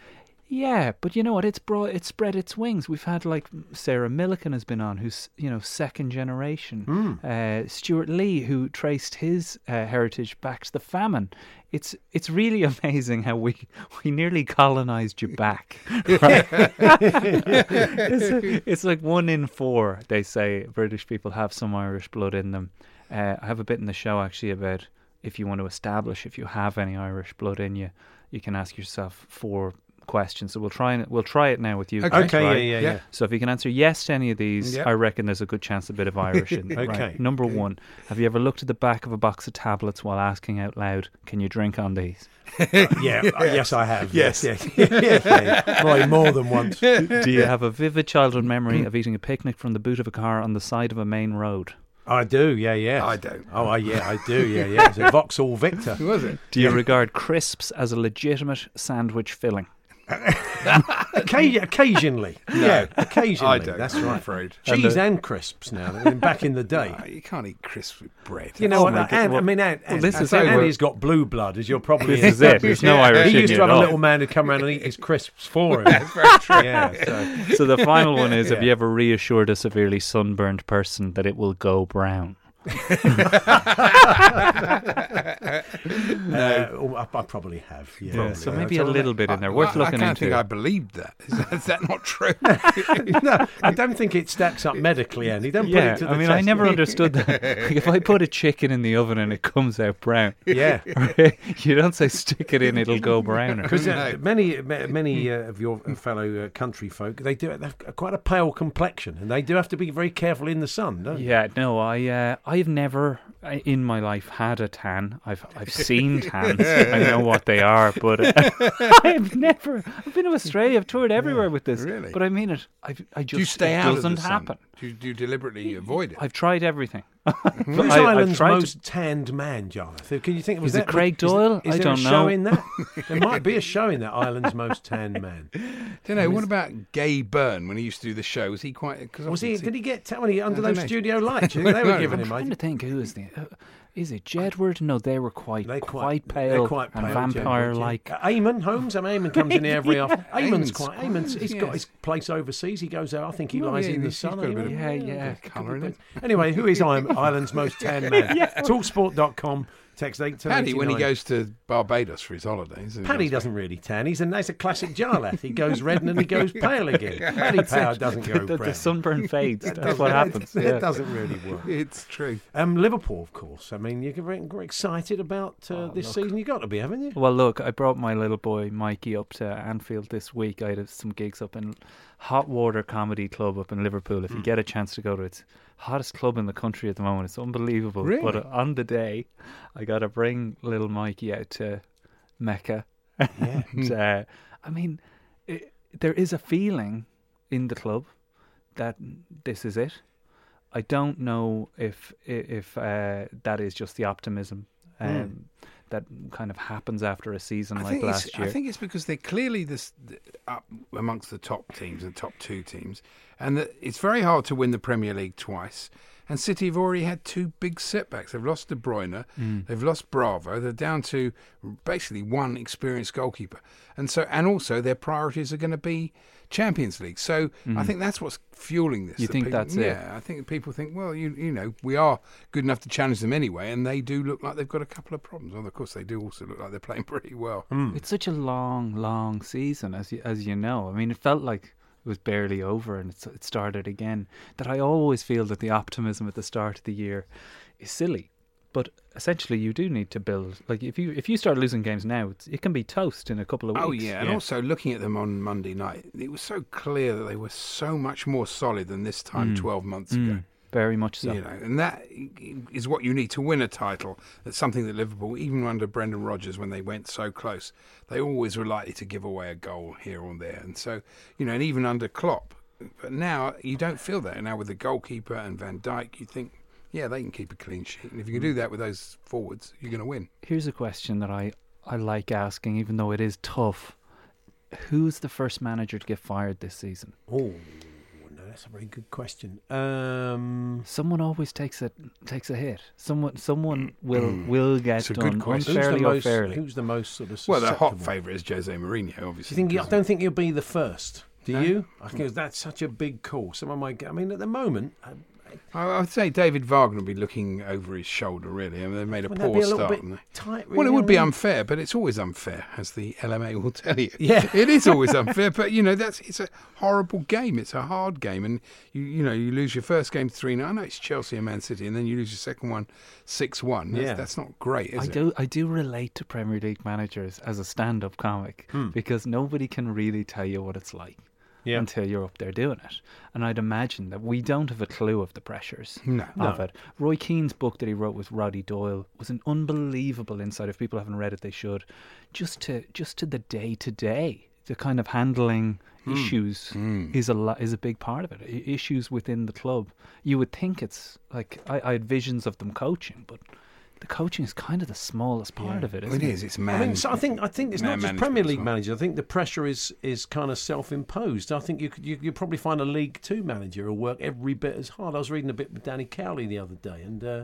Speaker 7: Yeah, but you know what? It's brought it's spread its wings. We've had like Sarah Milliken has been on, who's you know second generation. Uh, Stuart Lee, who traced his uh, heritage back to the famine. It's it's really amazing how we we nearly colonized you back. Right? it's, it's like one in four they say British people have some Irish blood in them. Uh, I have a bit in the show actually about if you want to establish if you have any Irish blood in you, you can ask yourself four questions. So we'll try and we'll try it now with you. guys,
Speaker 4: Okay,
Speaker 7: right?
Speaker 4: yeah, yeah, yeah.
Speaker 7: So if you can answer yes to any of these,
Speaker 3: Yeah.
Speaker 7: I reckon there's a good chance a bit of Irish in there. right?
Speaker 4: Okay.
Speaker 7: Number one, have you ever looked at the back of a box of tablets while asking out loud, "Can you drink on these?"
Speaker 4: Yeah, uh, yes, I have. Yes, yes, yes. Probably more than once.
Speaker 7: Do you have a vivid childhood memory of eating a picnic from the boot of a car on the side of a main road?
Speaker 4: I do. Yeah, yeah.
Speaker 3: I don't.
Speaker 4: Oh, I, yeah, I do. Yeah, yeah. It's a Vauxhall Victor.
Speaker 3: Who was it?
Speaker 7: Do you regard crisps as a legitimate sandwich filling?
Speaker 4: Occa- occasionally. Yeah, occasionally.
Speaker 3: I don't.
Speaker 4: That's
Speaker 3: I'm
Speaker 4: right.
Speaker 3: afraid.
Speaker 4: Cheese
Speaker 7: uh,
Speaker 4: and crisps now. I mean, back in the day.
Speaker 3: Ah, you can't eat crisps with bread.
Speaker 4: You know
Speaker 7: Oh
Speaker 4: what?
Speaker 7: my
Speaker 4: uh,
Speaker 7: God,
Speaker 4: Anne,
Speaker 7: well-
Speaker 4: I mean, Anne,
Speaker 7: well,
Speaker 4: Anne-
Speaker 7: this
Speaker 4: I
Speaker 7: is
Speaker 4: say
Speaker 7: how we're-
Speaker 4: Andy's got blue blood, as you're probably.
Speaker 7: This is it. There's no Irish
Speaker 4: He
Speaker 7: in
Speaker 4: used
Speaker 7: you
Speaker 4: to have a
Speaker 7: at all.
Speaker 4: little man who'd come around and eat his crisps for him. That's very true. Yeah, so.
Speaker 7: So the final one is: Have
Speaker 4: Yeah.
Speaker 7: you ever reassured a severely sunburned person that it will go brown?
Speaker 4: Uh, oh, I, I probably have. Yeah.
Speaker 7: Yeah, so maybe a little bit in there.
Speaker 3: I-
Speaker 7: Worth
Speaker 3: I,
Speaker 7: looking
Speaker 3: I can't
Speaker 7: into.
Speaker 3: think I believed that. Is that, is that not true?
Speaker 4: no, I don't think it stacks up medically, Andy. Don't put
Speaker 7: yeah,
Speaker 4: it to the
Speaker 7: I mean, I
Speaker 4: test.
Speaker 7: never understood that. Like, if I put a chicken in the oven and it comes out brown,
Speaker 4: Yeah.
Speaker 7: you don't say stick it in; it'll go browner.
Speaker 4: Because uh, many ma- many uh, of your fellow uh, country folk, they do have quite a pale complexion, and they do have to be very careful in the sun, don't they?
Speaker 7: Yeah, no, I uh, I've never uh, in my life had a tan. I've I've seen tans. I know what they are, but uh, I've never. I've been to Australia. I've toured everywhere with this.
Speaker 3: really?
Speaker 7: But I mean it. I I just
Speaker 3: Do you stay
Speaker 7: it
Speaker 3: out
Speaker 7: doesn't
Speaker 3: of the sun?
Speaker 7: happen.
Speaker 3: Do you, do you deliberately avoid it?
Speaker 7: I've tried everything.
Speaker 4: Who's
Speaker 7: I- I've
Speaker 4: Ireland's
Speaker 7: tried to-
Speaker 4: most tanned man, Jonathan? Can you think of
Speaker 7: Is it Craig Doyle?
Speaker 4: Is,
Speaker 7: I
Speaker 4: there
Speaker 7: don't
Speaker 4: a
Speaker 7: know.
Speaker 4: show in that? there might be a show in that Ireland's most tanned man.
Speaker 3: Do you know what about Gay Byrne when he used to do the show? Was he quite? Cause
Speaker 4: Was he?
Speaker 3: obviously-
Speaker 4: Did he get tan when he under
Speaker 3: I don't
Speaker 4: those
Speaker 3: know.
Speaker 4: studio lights? You think They
Speaker 3: No,
Speaker 4: were giving
Speaker 7: I'm
Speaker 4: him.
Speaker 7: trying to
Speaker 4: a-
Speaker 7: think who is the. Uh, is it Jedward? No, they were quite
Speaker 4: They
Speaker 7: quite,
Speaker 4: they're
Speaker 7: pale,
Speaker 4: quite
Speaker 7: and
Speaker 4: pale,
Speaker 7: vampire-like.
Speaker 4: yeah. Uh, Eamon Holmes, I mean, Eamon comes in here every afternoon. Eamon's
Speaker 3: Eamon's
Speaker 4: quite.
Speaker 3: quite-
Speaker 4: Eamon's, he's got
Speaker 3: yes.
Speaker 4: his place overseas. He goes there. I think he
Speaker 3: Well,
Speaker 4: lies
Speaker 3: yeah,
Speaker 4: in the
Speaker 3: he's- he's
Speaker 4: sun.
Speaker 3: got a bit
Speaker 4: Eamon.
Speaker 3: of-
Speaker 7: Yeah, yeah.
Speaker 3: colour in it.
Speaker 4: Anyway, who is I- Ireland's most tanned man? Talksport.com, text 8 to
Speaker 3: Paddy when he
Speaker 4: 89.
Speaker 3: goes to Barbados for his holidays.
Speaker 4: Paddy doesn't really tan. He's a, that's a classic jarlath. He goes red and then he goes pale again. Paddy Power doesn't go
Speaker 7: The, the
Speaker 4: brown.
Speaker 7: sunburn fades. That's what happens.
Speaker 4: It
Speaker 7: yeah.
Speaker 4: doesn't really work.
Speaker 3: It's true.
Speaker 4: Um, Liverpool, of course. I mean, you're very, very excited about
Speaker 3: Oh,
Speaker 4: uh, this season. You've got to be, haven't you?
Speaker 7: Well, look, I brought my little boy Mikey up to Anfield this week. I had some gigs up in Hot Water Comedy Club up in Liverpool. If you get a chance to go to it, it's hottest club in the country at the moment. It's unbelievable. But
Speaker 3: Really?
Speaker 7: uh, on the day, I got to bring little Mikey out to Mecca. and, uh, I mean, it, there is a feeling in the club that this is it. I don't know if i- if uh, that is just the optimism um, that kind of happens after a season
Speaker 3: I
Speaker 7: like
Speaker 3: think, it's,
Speaker 7: last year.
Speaker 3: I think it's because they're clearly this th- up amongst the top teams, the top two teams, and that it's very hard to win the Premier League twice. And City have already had two big setbacks. They've lost De Bruyne,
Speaker 7: Mm.
Speaker 3: they've lost Bravo. They're down to basically one experienced goalkeeper, and so and also their priorities are going to be Champions League. So I think that's what's fueling this.
Speaker 7: Mm. You
Speaker 3: that
Speaker 7: think
Speaker 3: people-
Speaker 7: that's it?
Speaker 3: yeah, I think people think, well, you you know, we are good enough to challenge them anyway, and they do look like they've got a couple of problems. Although of course they do also look like they're
Speaker 7: Mm.
Speaker 3: playing pretty well.
Speaker 7: it's such a long, long season, as you, as you know. I mean, it felt like it was barely over and it's, it started again. That I always feel that the optimism at the start of the year is silly. But essentially, you do need to build. Like if you if you start losing games now, it's, it can be toast in a couple of weeks.
Speaker 3: Oh yeah. and also looking at them on Monday night, it was so clear that they were so much more solid than this time
Speaker 7: Mm.
Speaker 3: twelve months
Speaker 7: Mm.
Speaker 3: ago.
Speaker 7: very much so.
Speaker 3: You know, and that is what you need to win a title. That's something that Liverpool, even under Brendan Rodgers, when they went so close, they always were likely to give away a goal here or there. And so, you know, and even under Klopp, but now you don't feel that. And now with the goalkeeper and Van Dijk, you think, yeah, they can keep a clean sheet. And if you can
Speaker 4: Mm.
Speaker 3: do that with those forwards, you're going to win.
Speaker 7: Here's a question that I, I like asking, even though it is tough. Who's the first manager to get fired this season?
Speaker 4: Oh, no, that's a very good question. Um,
Speaker 7: Someone always takes a takes a hit. Someone someone will will get
Speaker 3: It's a good
Speaker 7: done
Speaker 3: question.
Speaker 7: unfairly
Speaker 4: who's the
Speaker 7: or
Speaker 4: most,
Speaker 7: fairly.
Speaker 4: Who's the most sort of
Speaker 3: Well, the hot
Speaker 4: susceptible?
Speaker 3: favourite is Jose Mourinho,
Speaker 4: Do you
Speaker 3: obviously.
Speaker 4: think? He, I
Speaker 3: because-
Speaker 4: don't think he'll be the first. Do
Speaker 3: No.
Speaker 4: you? I think that's such a big call. Someone might. Get, I mean, at the moment, uh, I,
Speaker 3: I- I'd say David Wagner would be looking over his shoulder, really. I mean, they made a
Speaker 4: Wouldn't that
Speaker 3: poor
Speaker 4: be a little
Speaker 3: start.
Speaker 4: bit
Speaker 3: haven't they?
Speaker 4: tight,
Speaker 3: well,
Speaker 4: really,
Speaker 3: it would be
Speaker 4: I mean?
Speaker 3: unfair, but it's always unfair, as the LMA will tell you.
Speaker 4: Yeah.
Speaker 3: it is always unfair, but you know that's it's a horrible game. It's a hard game, and you you know you lose your first game three 0 I know it's Chelsea and Man City, and then you lose your second one six one. That's,
Speaker 4: Yeah.
Speaker 3: that's not great, is
Speaker 7: I
Speaker 3: it?
Speaker 7: do I do relate to Premier League managers as a stand up comic
Speaker 3: Hmm.
Speaker 7: because nobody can really tell you what it's like
Speaker 4: Yeah.
Speaker 7: until you're up there doing it. And I'd imagine that we don't have a clue of the pressures
Speaker 3: No.
Speaker 7: of it. Roy Keane's book that he wrote with Roddy Doyle was an unbelievable insight. If people haven't read it, they should. Just to just to the day to day, the kind of handling
Speaker 3: Hmm.
Speaker 7: issues is a lo- is a big part of it. I- issues within the club. You would think it's like I, I had visions of them coaching, but the coaching is kind of the smallest part of it. Isn't
Speaker 3: it is. It's man.
Speaker 4: I think, so I think I think it's
Speaker 3: man
Speaker 4: not just
Speaker 3: management
Speaker 4: Premier
Speaker 3: as
Speaker 4: League
Speaker 3: well.
Speaker 4: manager. I think the pressure is is kind of self imposed. I think you could you you probably find a League Two manager who'll work every bit as hard. I was reading a bit with Danny Cowley the other day, and uh,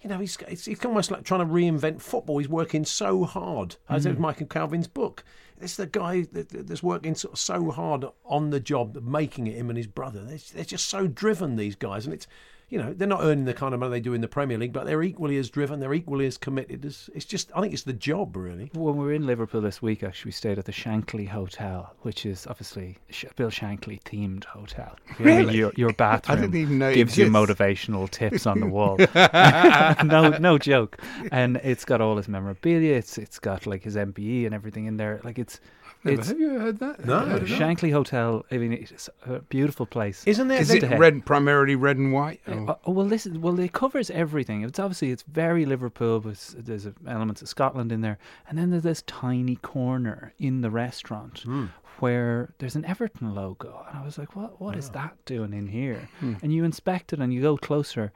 Speaker 4: you know he's it's, it's almost like trying to reinvent football. He's working so hard. As in Michael Calvin's book, this is the guy that, that- that's working sort of so hard on the job, that making it him and his brother. They're, they're just so driven these guys, and it's. You know they're not earning the kind of money they do in the Premier League, but they're equally as driven. They're equally as committed. As, it's just, I think it's the job, really.
Speaker 7: When we were in Liverpool this week, actually, we stayed at the Shankly Hotel, which is obviously a Sh- Bill Shankly themed hotel.
Speaker 3: Really?
Speaker 7: Your, your bathroom
Speaker 3: didn't even know it
Speaker 7: gives you
Speaker 3: exists.
Speaker 7: motivational tips on the wall. no, no joke. And it's got all his memorabilia. It's it's got like his MBE and everything in there. Like it's
Speaker 3: Never-
Speaker 7: it's
Speaker 3: have you heard that?
Speaker 4: No.
Speaker 3: Heard of that?
Speaker 7: Shankly Hotel. I mean, it's a beautiful place.
Speaker 4: Isn't there?
Speaker 3: Is
Speaker 4: they-
Speaker 3: it red primarily red and white? or-
Speaker 7: Uh, well, this is, well, it covers everything. It's obviously it's very Liverpool, but it's- there's elements of Scotland in there, and then there's this tiny corner in the restaurant where there's an Everton logo, and I was like, what What is that doing in here? And you inspect it, and you go closer,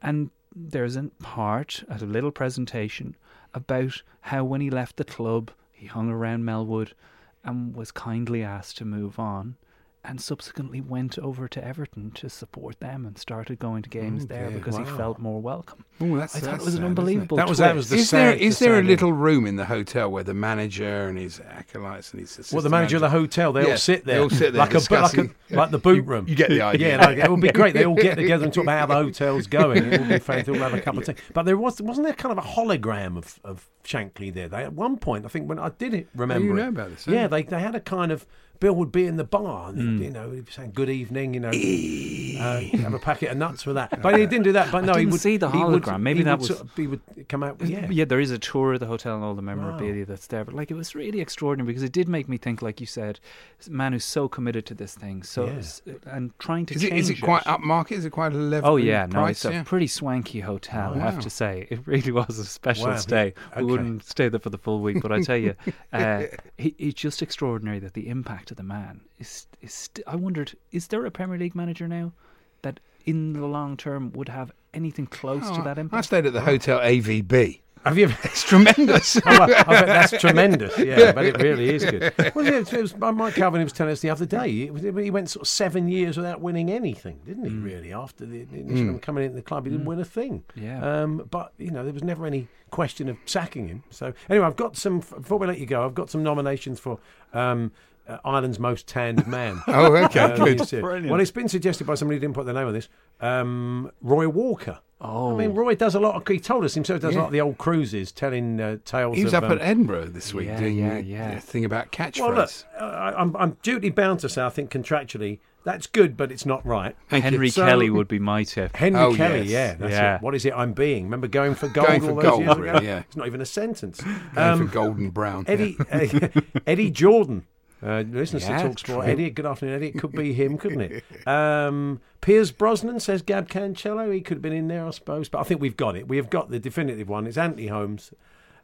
Speaker 7: and there's a part, a little presentation about how when he left the club, he hung around Melwood, and was kindly asked to move on and subsequently went over to Everton to support them and started going to games there because he felt more welcome.
Speaker 3: Oh, that's-
Speaker 7: I thought
Speaker 3: that's
Speaker 7: it was an
Speaker 3: sad, isn't it?
Speaker 7: unbelievable.
Speaker 4: That was- that
Speaker 7: twist.
Speaker 4: was the
Speaker 3: Is there
Speaker 4: sad-
Speaker 3: is
Speaker 4: the
Speaker 3: there a
Speaker 4: sad
Speaker 3: little room in the hotel where the manager and his acolytes and his assistant
Speaker 4: Well, the manager of the hotel, they
Speaker 3: Yeah,
Speaker 4: all sit there,
Speaker 3: they all sit there
Speaker 4: like a bu- like, a,
Speaker 3: discussing.
Speaker 4: like the boot room.
Speaker 3: you get the idea.
Speaker 4: Yeah, like, it would be great. They all get together and talk about how the hotel's going. It would be fantastic. We'll have a cup of tea. But there was wasn't there kind of a hologram of, of Shankly there? They at one point, I think when I did it, remember
Speaker 3: you Mm.
Speaker 4: it.
Speaker 3: know about this, eh?
Speaker 4: Yeah, they they had a kind of Bill would be in the bar, and you know, he'd be saying good evening, you know, uh, have a packet of nuts for that. But he didn't do that. But no, he
Speaker 7: didn't
Speaker 4: would
Speaker 7: see the
Speaker 4: he would-
Speaker 7: hologram. Maybe
Speaker 4: he
Speaker 7: that
Speaker 4: would
Speaker 7: was-
Speaker 4: sort of- he would come out.
Speaker 7: yeah.
Speaker 4: Yeah,
Speaker 7: there is a tour of the hotel and all the memorabilia that's there. But like, it was really extraordinary because it did make me think, like you said, this man who's so committed to this thing, so
Speaker 4: Yeah.
Speaker 7: s- uh, and trying to
Speaker 3: Is it,
Speaker 7: change
Speaker 3: is it quite upmarket? Is it quite a level?
Speaker 7: Oh yeah, no,
Speaker 3: price?
Speaker 7: it's a
Speaker 3: Yeah.
Speaker 7: pretty swanky hotel. I have
Speaker 3: wow.
Speaker 7: to say, it really was a special
Speaker 4: Wow,
Speaker 7: stay.
Speaker 4: okay.
Speaker 7: We wouldn't stay there for the full week, but I tell you, uh, he, it's just extraordinary that the impact of the man is. is st- I wondered, is there a Premier League manager now that, in the long term, would have anything close
Speaker 3: Oh,
Speaker 7: to that
Speaker 3: I
Speaker 7: impact?
Speaker 3: stayed at the hotel AVB.
Speaker 4: have you? Ever,
Speaker 3: It's tremendous.
Speaker 4: Oh, well, I bet that's tremendous. Yeah, I bet it really is good. Well, yeah, it was, Mike Calvin was telling us the other day. He, he went sort of seven years without winning anything, didn't he? Really, after the initial coming into the club, he didn't win a thing.
Speaker 7: Yeah.
Speaker 4: Um, but you know, there was never any question of sacking him. So anyway, I've got some. Before we let you go, I've got some nominations for um, uh, Ireland's most tanned man.
Speaker 3: Oh, okay, good.
Speaker 4: he's, uh,
Speaker 7: Brilliant.
Speaker 4: Well, it's been suggested by somebody who didn't put their name on this. Um, Roy Walker.
Speaker 7: Oh.
Speaker 4: I mean, Roy does a lot. Of, he told us himself. Does a lot of the old cruises, telling uh, tales.
Speaker 3: He was
Speaker 4: of,
Speaker 3: up
Speaker 4: um,
Speaker 3: at Edinburgh this week
Speaker 7: Yeah,
Speaker 3: doing
Speaker 7: yeah,
Speaker 3: the-
Speaker 7: yeah.
Speaker 3: the thing about catchphrase.
Speaker 4: Well, look, uh, I- I'm, I'm duty bound to say I think contractually that's good, but it's not right.
Speaker 3: Thank you.
Speaker 7: Henry
Speaker 3: So-
Speaker 7: Kelly would be my tip.
Speaker 4: Henry
Speaker 3: Oh,
Speaker 4: Kelly,
Speaker 3: yes.
Speaker 4: yeah, that's
Speaker 7: Yeah.
Speaker 4: it. What is it? I'm being. Remember going for gold
Speaker 3: Going for
Speaker 4: all those
Speaker 3: gold,
Speaker 4: years ago?
Speaker 3: really, yeah.
Speaker 4: It's not even a sentence.
Speaker 3: Going
Speaker 4: Um,
Speaker 3: for golden brown. yeah.
Speaker 4: Eddie, uh, Eddie Jordan. Uh, listeners
Speaker 7: Yeah,
Speaker 4: to Talk Sport.
Speaker 7: true.
Speaker 4: Eddie, good afternoon, Eddie. It could be him, couldn't it? Um, Piers Brosnan says Gab Cancello. He could have been in there, I suppose. But I think we've got it. We have got the definitive one. It's Anthony Holmes.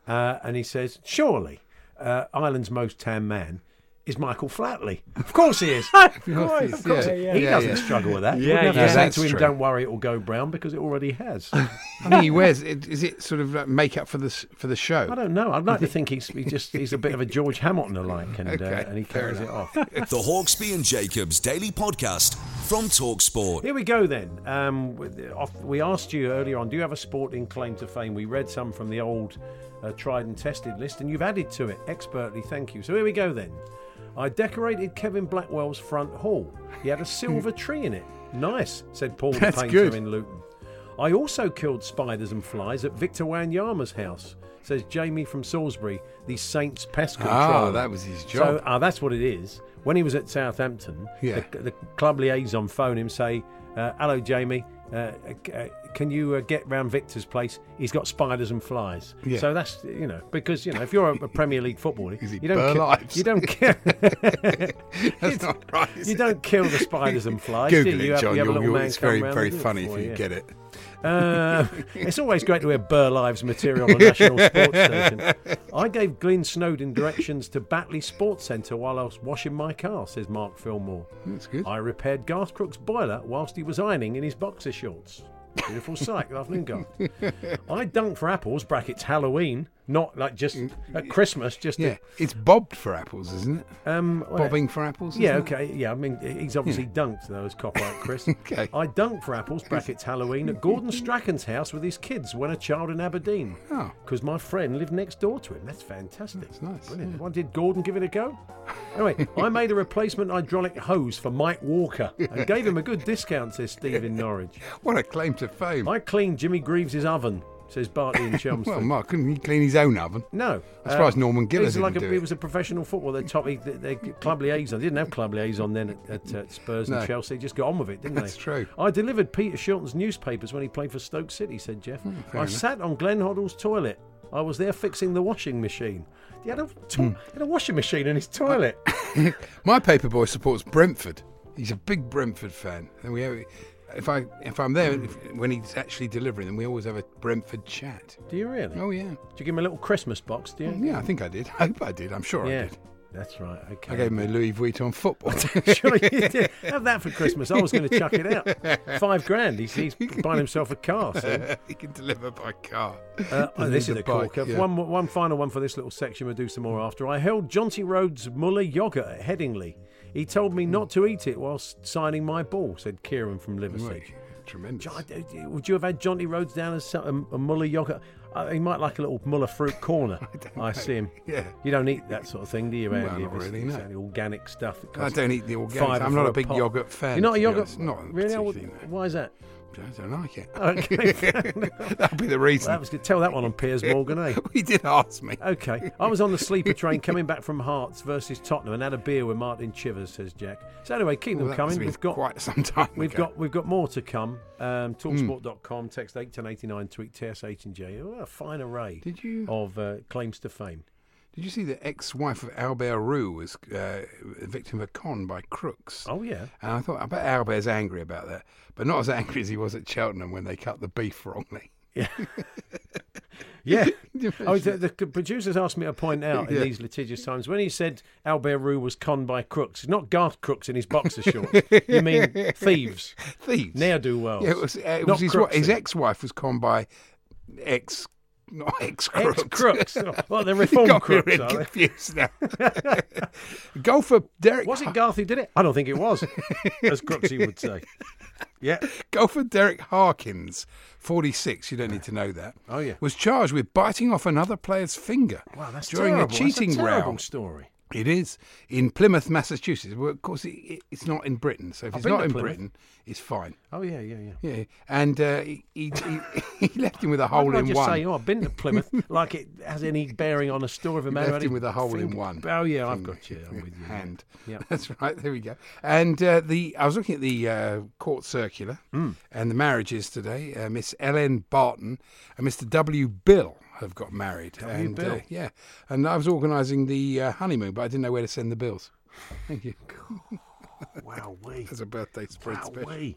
Speaker 4: Uh, and he says, surely uh, Ireland's most tan man is Michael Flatley. Of course he is. of course, of course
Speaker 3: yeah,
Speaker 4: he-
Speaker 3: yeah,
Speaker 4: he
Speaker 3: yeah,
Speaker 4: doesn't
Speaker 3: yeah.
Speaker 4: struggle with that.
Speaker 7: Yeah,
Speaker 4: you have
Speaker 7: yeah.
Speaker 4: to say
Speaker 3: That's
Speaker 4: to him,
Speaker 3: true.
Speaker 4: don't worry, it will go brown because it already has.
Speaker 3: I think he wears. It, is it sort of like makeup for the s- for the
Speaker 4: I
Speaker 3: show?
Speaker 4: don't know. I'd like to think he's he just he's a bit of a George Hamilton alike, and
Speaker 3: Okay,
Speaker 4: uh, and he
Speaker 3: fair
Speaker 4: carries it off.
Speaker 5: The Hawksby and Jacobs Daily Podcast from Talksport.
Speaker 4: Here we go then. Um, with- off- we asked you earlier on, do you have a sporting claim to fame? We read some from the old uh, tried and tested list, and you've added to it expertly. Thank you. So here we go then. I decorated Kevin Blackwell's front hall. He had a silver tree in it. Nice, said Paul
Speaker 3: That's
Speaker 4: the painter
Speaker 3: good.
Speaker 4: in Luton. I also killed spiders and flies at Victor Wanyama's house, says Jamie from Salisbury, the Saints pest control.
Speaker 3: Ah, that was his job.
Speaker 4: So ah, that's what it is. When he was at Southampton,
Speaker 3: Yeah.
Speaker 4: the, the club liaison phoned him, say, uh, "Hello, Jamie, uh, uh, c- uh, can you uh, get round Victor's place? He's got spiders and flies."
Speaker 3: Yeah.
Speaker 4: So that's you know because you know if you're a, a Premier League footballer,
Speaker 3: Is he
Speaker 4: you don't
Speaker 3: burn
Speaker 4: kill,
Speaker 3: lives?
Speaker 4: you don't kill
Speaker 3: That's not right. is
Speaker 4: you
Speaker 3: it?
Speaker 4: don't kill the spiders and flies. do
Speaker 3: Google
Speaker 4: you? You
Speaker 3: it,
Speaker 4: have-
Speaker 3: John.
Speaker 4: you have a
Speaker 3: you'll-
Speaker 4: little
Speaker 3: you'll-
Speaker 4: man
Speaker 3: it's
Speaker 4: come
Speaker 3: very
Speaker 4: round
Speaker 3: very
Speaker 4: and do it
Speaker 3: funny
Speaker 4: for
Speaker 3: if
Speaker 4: you,
Speaker 3: you
Speaker 4: yeah.
Speaker 3: get it.
Speaker 4: Uh, it's always great to hear Burr Lives material on National Sports Station. I gave Glyn Snowden directions to Batley Sports Centre while I was washing my car, says Mark Fillmore.
Speaker 3: That's good.
Speaker 4: I repaired Garth Crook's boiler whilst he was ironing in his boxer shorts. Beautiful sight. Good afternoon, Garth. I dunked for apples, brackets Halloween, not like just at Christmas, just
Speaker 3: Yeah,
Speaker 4: to,
Speaker 3: it's bobbed for apples, isn't it?
Speaker 4: um, well,
Speaker 3: Bobbing for apples.
Speaker 4: yeah,
Speaker 3: isn't it?
Speaker 4: okay. Yeah, I mean, he's obviously dunked those copyright Chris.
Speaker 3: Okay.
Speaker 4: I dunked for apples, brackets Halloween, at Gordon Strachan's house with his kids when a child in Aberdeen.
Speaker 3: Oh.
Speaker 4: Because my friend lived next door to him. That's fantastic.
Speaker 3: That's nice,
Speaker 4: Brilliant.
Speaker 3: yeah.
Speaker 4: Why did Gordon give it a go? Anyway, I made a replacement hydraulic hose for Mike Walker and gave him a good discount, says Steve in Norwich.
Speaker 3: What a claim to fame.
Speaker 4: I cleaned Jimmy Greaves' oven, says Bartley in Chelmsford.
Speaker 3: well, Mark, couldn't he clean his own oven?
Speaker 4: No,
Speaker 3: I'm surprised Norman Gillis
Speaker 4: he was like
Speaker 3: didn't
Speaker 4: a,
Speaker 3: do
Speaker 4: He
Speaker 3: it.
Speaker 4: was a professional footballer. Top, he, they, they club liaison. They didn't have club liaison then at, at, uh, Spurs and
Speaker 3: No.
Speaker 4: Chelsea. They Just got on with it, didn't
Speaker 3: That's
Speaker 4: they?
Speaker 3: true.
Speaker 4: I delivered Peter Shilton's newspapers when he played for Stoke City. Said Jeff. I
Speaker 3: Hmm, enough.
Speaker 4: sat on Glenn Hoddle's toilet. I was there fixing the washing machine. He had a, to-
Speaker 3: Hmm.
Speaker 4: he had a washing machine in his toilet.
Speaker 3: My paperboy supports Brentford. He's a big Brentford fan, and we have, if I if I'm there if, when he's actually delivering them, we always have a Brentford chat.
Speaker 4: Do you really?
Speaker 3: Oh yeah, Oh,
Speaker 4: Do you give him a little Christmas box? Do you?
Speaker 3: yeah. I think I did. I hope I did. I'm sure I
Speaker 4: Yeah.
Speaker 3: did.
Speaker 4: That's right. Okay.
Speaker 3: I gave him a Louis Vuitton football.
Speaker 4: Sure you did. Have that for Christmas. I was going to chuck it out. Five grand. He's, he's buying himself a car. soon.
Speaker 3: he can deliver by car.
Speaker 4: Uh, oh,
Speaker 3: Doesn't
Speaker 4: this
Speaker 3: need
Speaker 4: is
Speaker 3: a
Speaker 4: a
Speaker 3: bike,
Speaker 4: corker.
Speaker 3: yeah.
Speaker 4: One, mo- one final one for this little section. We'll do some more after. I held Jaunty Rhodes Muller yogurt at Headingley. He told me not to eat it whilst signing my ball, said Kieran from
Speaker 3: Right.
Speaker 4: Liversedge.
Speaker 3: Tremendous.
Speaker 4: Jo- Would you have had Jaunty Rhodes down as so- a, a Muller yogurt? Uh, he might like a little Muller fruit corner. I, see him.
Speaker 3: Yeah.
Speaker 4: You don't eat that sort of thing, do you,
Speaker 3: No,
Speaker 4: Andy?
Speaker 3: not
Speaker 4: If it's-
Speaker 3: really,
Speaker 4: it's
Speaker 3: no.
Speaker 4: only organic stuff. that
Speaker 3: I
Speaker 4: costs
Speaker 3: don't eat the organic.
Speaker 4: five
Speaker 3: I'm
Speaker 4: or
Speaker 3: not
Speaker 4: for
Speaker 3: a big
Speaker 4: pot.
Speaker 3: yogurt fan,
Speaker 4: You're not
Speaker 3: to
Speaker 4: a
Speaker 3: be
Speaker 4: yogurt.
Speaker 3: honest. Not
Speaker 4: really. I would-
Speaker 3: particularly, no.
Speaker 4: Why is that?
Speaker 3: I don't like it.
Speaker 4: Okay, fair
Speaker 3: That'll be the reason.
Speaker 4: Well, that was good. Tell that one on Piers Morgan, eh?
Speaker 3: he did ask me.
Speaker 4: Okay. I was on the sleeper train coming back from Hearts versus Tottenham and had a beer with Martin Chivers, says Jack. So anyway, keep
Speaker 3: Well,
Speaker 4: them
Speaker 3: that
Speaker 4: coming.
Speaker 3: must have
Speaker 4: We've
Speaker 3: been
Speaker 4: got
Speaker 3: quite Hmm. some time.
Speaker 4: we've
Speaker 3: ago.
Speaker 4: got we've got more to come. Um, Talksport.com, text eight ten eighty nine, tweet TSH and J. What a fine array
Speaker 3: Did you-
Speaker 4: of uh, claims to fame.
Speaker 3: Did you see the ex-wife of Albert Roux was uh, a victim of a con by crooks?
Speaker 4: Oh yeah.
Speaker 3: And I thought, I bet Albert's angry about that, but not as angry as he was at Cheltenham when they cut the beef wrongly.
Speaker 4: Yeah. oh, the, the c- producers asked me to point out in these litigious times when he said Albert Roux was conned by crooks, not Garth Crooks in his boxer shorts. you mean thieves,
Speaker 3: Thieves.
Speaker 4: ne'er do wells.
Speaker 3: Yeah, it was, uh, it
Speaker 4: Not
Speaker 3: was his, wa- his
Speaker 4: crooksy.
Speaker 3: ex-wife was conned by ex, not ex-crooks. Oh,
Speaker 4: Ex crooks. Well, they're reform
Speaker 3: Got me
Speaker 4: crooks,
Speaker 3: really
Speaker 4: are they?
Speaker 3: confused now. golfer Derek.
Speaker 4: Was it Garth who did it? I don't think it was, as Crooksy would say. Yeah.
Speaker 3: Golfer Derek Harkins, 46, you don't need to know that.
Speaker 4: Oh, yeah.
Speaker 3: Was charged with biting off another player's finger
Speaker 4: Wow, that's
Speaker 3: during
Speaker 4: terrible.
Speaker 3: a cheating
Speaker 4: that's a terrible
Speaker 3: row.
Speaker 4: story.
Speaker 3: It is in Plymouth, Massachusetts. Well, of course, it, it, it's not in Britain. So if
Speaker 4: I've
Speaker 3: it's
Speaker 4: been
Speaker 3: not
Speaker 4: to
Speaker 3: in
Speaker 4: Plymouth.
Speaker 3: Britain, it's fine.
Speaker 4: Oh yeah, yeah, yeah.
Speaker 3: Yeah, and uh, he, he, he, he left him with a
Speaker 4: Why
Speaker 3: hole
Speaker 4: didn't I
Speaker 3: in
Speaker 4: just
Speaker 3: one.
Speaker 4: say, oh, I've been to Plymouth, like it has any bearing on a story of a
Speaker 3: You
Speaker 4: man who
Speaker 3: left
Speaker 4: had
Speaker 3: him with a hole in
Speaker 4: finger-
Speaker 3: one.
Speaker 4: Oh yeah, I've
Speaker 3: finger
Speaker 4: got you. I'm with you.
Speaker 3: Hand.
Speaker 4: Yeah.
Speaker 3: That's right. There we go. And uh, the I was looking at the uh, court circular
Speaker 4: Hmm.
Speaker 3: and the marriages today. Uh, Miss Ellen Barton and Mr. W. Bill have got married. and Uh,
Speaker 4: Bill.
Speaker 3: yeah. And I was organising the uh, honeymoon, but I didn't know where to send the bills. Thank you.
Speaker 4: Wow, wait.
Speaker 3: That's a birthday spread special.
Speaker 4: Wowee.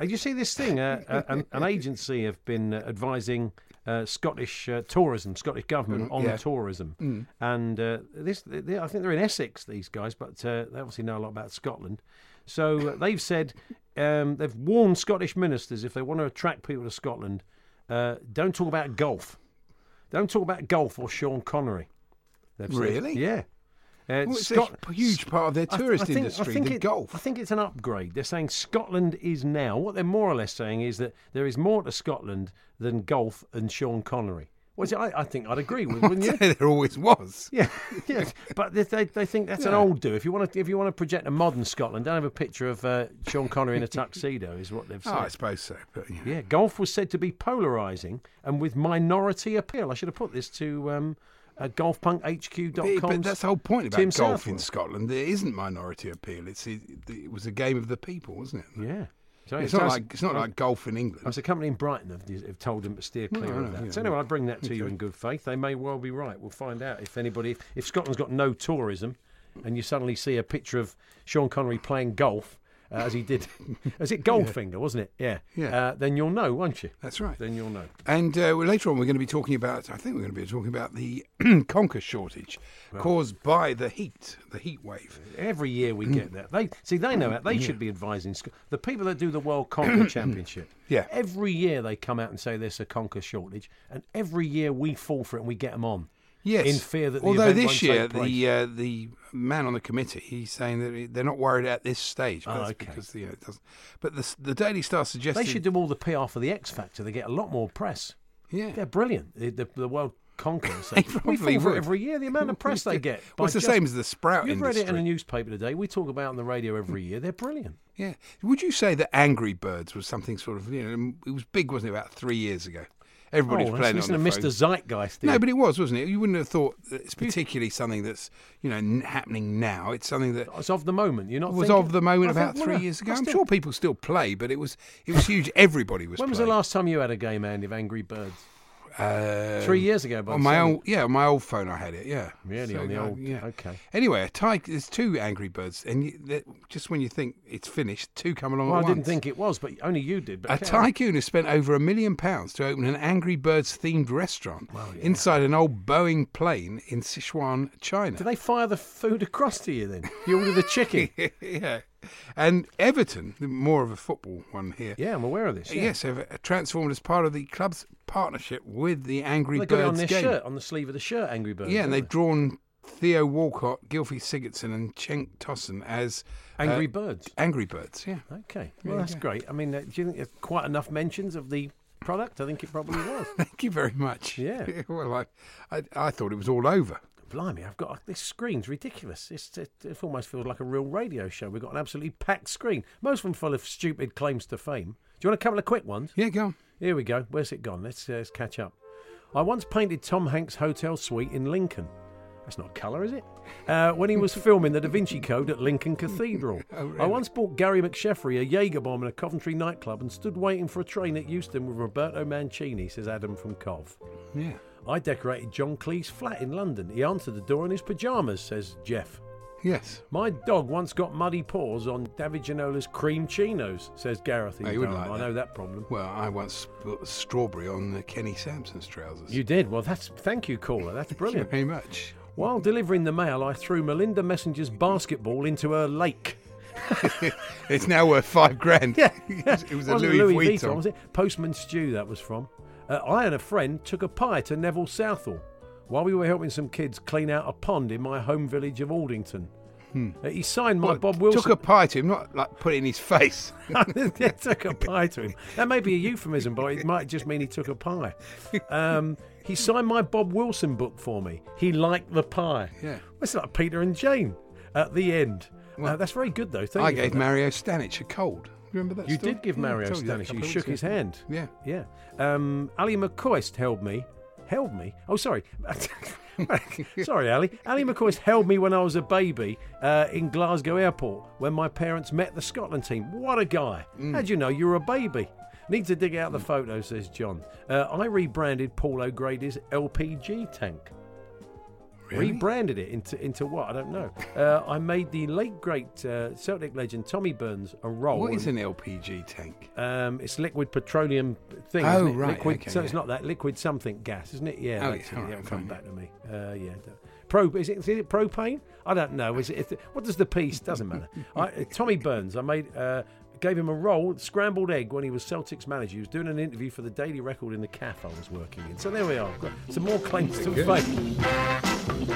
Speaker 4: Uh, you see this thing? Uh, uh, an, an agency have been uh, advising uh, Scottish uh, tourism, Scottish government on
Speaker 3: Mm, yeah. Mm.
Speaker 4: tourism, and uh, this they, I think they're in Essex. These guys, but uh, they obviously know a lot about Scotland, so uh, they've said um, they've warned Scottish ministers if they want to attract people to Scotland, uh, don't talk about golf, don't talk about golf or Sean Connery. They've said-
Speaker 3: Really?
Speaker 4: yeah. Uh,
Speaker 3: Well, it's a
Speaker 4: Scot-
Speaker 3: huge part of their
Speaker 4: I th- I
Speaker 3: tourist
Speaker 4: think- I
Speaker 3: industry,
Speaker 4: think
Speaker 3: the
Speaker 4: it-
Speaker 3: golf.
Speaker 4: I think it's an upgrade. They're saying Scotland is now. What they're more or less saying is that there is more to Scotland than golf and Sean Connery. Was it? I, I think I'd agree with, wouldn't you?
Speaker 3: there always was.
Speaker 4: Yeah, yeah. But they, they, they think that's an old do. If you want to, if you want to project a modern Scotland, don't have a picture of uh, Sean Connery in a tuxedo. Is what they've said.
Speaker 3: Oh, I suppose so. But, yeah.
Speaker 4: Yeah, golf was said to be polarising and with minority appeal. I should have put this to um, uh,
Speaker 3: Yeah,
Speaker 4: golfpunkhq.com.
Speaker 3: But that's the whole point about
Speaker 4: Tim
Speaker 3: golf
Speaker 4: Southwell.
Speaker 3: in Scotland. There isn't minority appeal. It's it, it was a game of the people, wasn't it?
Speaker 4: Yeah. So
Speaker 3: It's not
Speaker 4: sounds-
Speaker 3: like it's not like golf in
Speaker 4: I was
Speaker 3: England.
Speaker 4: a company in Brighton have, have told them to steer clear
Speaker 3: No, no,
Speaker 4: of that.
Speaker 3: Oh, yeah,
Speaker 4: so anyway, I bring that to you in good faith. They may well be right. We'll find out if anybody, if Scotland's got no tourism, and you suddenly see a picture of Sean Connery playing golf uh, as he did, as it Goldfinger, wasn't it? Yeah.
Speaker 3: Yeah.
Speaker 4: Uh, then you'll know, won't you?
Speaker 3: That's right.
Speaker 4: Then you'll know.
Speaker 3: And uh, well, later on, we're going to be talking about. I think we're going to be talking about the conker shortage caused by the heat, the heat wave.
Speaker 4: Every year we get that. They see they
Speaker 3: Mm.
Speaker 4: know that they should be advising sc- the people that do the World Conquer Championship.
Speaker 3: Yeah.
Speaker 4: Every year they come out and say there's a conquer shortage, and every year we fall for it and we get them on.
Speaker 3: Yes.
Speaker 4: In fear that the
Speaker 3: although
Speaker 4: event
Speaker 3: this
Speaker 4: won't
Speaker 3: year
Speaker 4: take place.
Speaker 3: the uh, the man on the committee he's saying that they're not worried at this stage. But
Speaker 4: Oh,
Speaker 3: that's
Speaker 4: okay.
Speaker 3: Because you know it doesn't. But the the Daily Star suggested
Speaker 4: They should do all the PR for the X Factor. They get a lot more press.
Speaker 3: Yeah.
Speaker 4: They're brilliant. The, the, the world conquerors. They
Speaker 3: probably
Speaker 4: we fall for
Speaker 3: would.
Speaker 4: it every year. The amount of press they get.
Speaker 3: Well,
Speaker 4: by
Speaker 3: it's the
Speaker 4: just-
Speaker 3: same as the sprout
Speaker 4: You've read it in
Speaker 3: industry.
Speaker 4: a newspaper today. We talk about it on the radio every year. They're brilliant.
Speaker 3: Yeah. Would you say that Angry Birds was something sort of, you know, it was big, wasn't it, about three years ago?
Speaker 4: oh,
Speaker 3: Everybody was
Speaker 4: let's
Speaker 3: playing it
Speaker 4: listen
Speaker 3: on
Speaker 4: to
Speaker 3: the
Speaker 4: Mr.
Speaker 3: phone.
Speaker 4: Zeitgeist.
Speaker 3: No,
Speaker 4: here.
Speaker 3: but it was, wasn't it? You wouldn't have thought that it's particularly something that's, you know, n- happening now. It's something that
Speaker 4: it's of the moment. You're not.
Speaker 3: was
Speaker 4: thinking-
Speaker 3: of the moment
Speaker 4: I
Speaker 3: about
Speaker 4: think, well,
Speaker 3: three
Speaker 4: no,
Speaker 3: years ago.
Speaker 4: I
Speaker 3: I'm
Speaker 4: still-
Speaker 3: sure people still play, but it was it was huge. Everybody was
Speaker 4: When was the
Speaker 3: playing.
Speaker 4: last time you had a game, Andy, of Angry Birds?
Speaker 3: Uh,
Speaker 4: Three years ago, by
Speaker 3: On
Speaker 4: the
Speaker 3: my
Speaker 4: sound
Speaker 3: old, yeah, on my old phone, I had it. Yeah,
Speaker 4: Really, on the
Speaker 3: I-
Speaker 4: old- okay.
Speaker 3: Anyway, a tiger. There's two Angry Birds, and you, that- just when you think it's finished, two come along.
Speaker 4: Well, I
Speaker 3: at
Speaker 4: didn't
Speaker 3: once.
Speaker 4: think it was, but only you did. But
Speaker 3: A
Speaker 4: carry on.
Speaker 3: tycoon has spent over a million pounds to open an Angry Birds themed restaurant inside an old Boeing plane in Sichuan, China.
Speaker 4: Do they fire the food across to you then? You order the chicken.
Speaker 3: yeah. And Everton, more of a football one here.
Speaker 4: yeah, I'm aware of this. yeah.
Speaker 3: Yes, have uh, transformed as part of the club's partnership with the Angry
Speaker 4: They got
Speaker 3: Birds
Speaker 4: it on their
Speaker 3: game.
Speaker 4: shirt, on the sleeve of the shirt, Angry Birds.
Speaker 3: yeah, and
Speaker 4: don't
Speaker 3: they've drawn Theo Walcott, Gilfie Sigurdsson, and Cenk Tossen as uh,
Speaker 4: Angry Birds.
Speaker 3: Angry Birds. Yeah.
Speaker 4: Okay, well that's great. I mean, uh, do you think there's quite enough mentions of the product? I think it probably was.
Speaker 3: Thank you very much.
Speaker 4: Yeah.
Speaker 3: well, I, I, I thought it was all over.
Speaker 4: Blimey, I've got uh, this screen's ridiculous. It's, it, it almost feels like a real radio show. We've got an absolutely packed screen. Most of them full of stupid claims to fame. Do you want a couple of quick ones?
Speaker 3: Yeah, go on.
Speaker 4: Here we go. Where's it gone? Let's, uh, let's catch up. I once painted Tom Hanks' hotel suite in Lincoln. That's not colour, is it? Uh, when he was filming The Da Vinci Code at Lincoln Cathedral.
Speaker 3: Oh,
Speaker 4: I once bought Gary McSheffrey a Jaeger bomb in a Coventry nightclub and stood waiting for a train at Euston with Roberto Mancini, says Adam from Cov.
Speaker 3: Yeah.
Speaker 4: I decorated John Cleese's flat in London. He answered the door in his pyjamas, says Jeff.
Speaker 3: Yes.
Speaker 4: My dog once got muddy paws on David Ginola's cream chinos, says Gareth. in
Speaker 3: Oh, you wouldn't
Speaker 4: Durham.
Speaker 3: like
Speaker 4: I know
Speaker 3: that.
Speaker 4: that problem.
Speaker 3: Well, I once put strawberry on uh, Kenny Sampson's trousers.
Speaker 4: You did. Well, that's thank you, caller. That's
Speaker 3: Thank you
Speaker 4: brilliant.
Speaker 3: very much.
Speaker 4: While delivering the mail, I threw Melinda Messenger's basketball into her lake.
Speaker 3: It's now worth five grand. it was, it was a
Speaker 4: Wasn't
Speaker 3: Louis, Vuitton.
Speaker 4: was it? Postman Stew, that was from. Uh, I and a friend took a pie to Neville Southall while we were helping some kids clean out a pond in my home village of Aldington. Uh, He signed my
Speaker 3: Well,
Speaker 4: Bob Wilson.
Speaker 3: Hmm. Took a pie to him, not like put it in his face.
Speaker 4: yeah, took a pie to him. That may be a euphemism, but it might just mean he took a pie. Um, he signed my Bob Wilson book for me. He liked the pie.
Speaker 3: Yeah.
Speaker 4: It's like Peter and Jane at the end.
Speaker 3: Well,
Speaker 4: Uh, that's very good, though. Thank
Speaker 3: I
Speaker 4: you for
Speaker 3: gave
Speaker 4: that.
Speaker 3: Mario Stanic a cold. Remember that?
Speaker 4: You
Speaker 3: story?
Speaker 4: did give
Speaker 3: Yeah, I
Speaker 4: Mario
Speaker 3: told you that a
Speaker 4: Stanish. You
Speaker 3: couple of
Speaker 4: shook
Speaker 3: weeks
Speaker 4: his
Speaker 3: ago.
Speaker 4: hand.
Speaker 3: Yeah.
Speaker 4: Yeah. Um, Ali McCoist held me. Held me. Oh, sorry. sorry, Ali. Ali McCoist held me when I was a baby uh, in Glasgow Airport when my parents met the Scotland team. What a guy!
Speaker 3: Mm.
Speaker 4: How'd you know you were a baby? Need to dig out the photo, says John. Uh, I rebranded Paul O'Grady's LPG tank. Rebranded it into into what? I don't know. Uh, I made the late great uh, Celtic legend Tommy Burns a roll.
Speaker 3: What
Speaker 4: and-
Speaker 3: is an LPG tank?
Speaker 4: um, it's liquid petroleum thing.
Speaker 3: Oh,
Speaker 4: isn't it?
Speaker 3: right,
Speaker 4: Liquid,
Speaker 3: okay,
Speaker 4: so it's
Speaker 3: yeah.
Speaker 4: not that liquid something gas, isn't it? Yeah.
Speaker 3: Oh,
Speaker 4: that's
Speaker 3: yeah,
Speaker 4: it.
Speaker 3: all right,
Speaker 4: It'll come
Speaker 3: fine,
Speaker 4: back to me. Uh, yeah. Pro is it, is it propane? I don't know. Is it, what does the piece? Doesn't matter. I, uh, Tommy Burns. I made. Uh, Gave him a roll, scrambled egg, when he was Celtic's manager. He was doing an interview for the Daily Record in the cafe I was working in. So there we are. I've got some more claims to fame.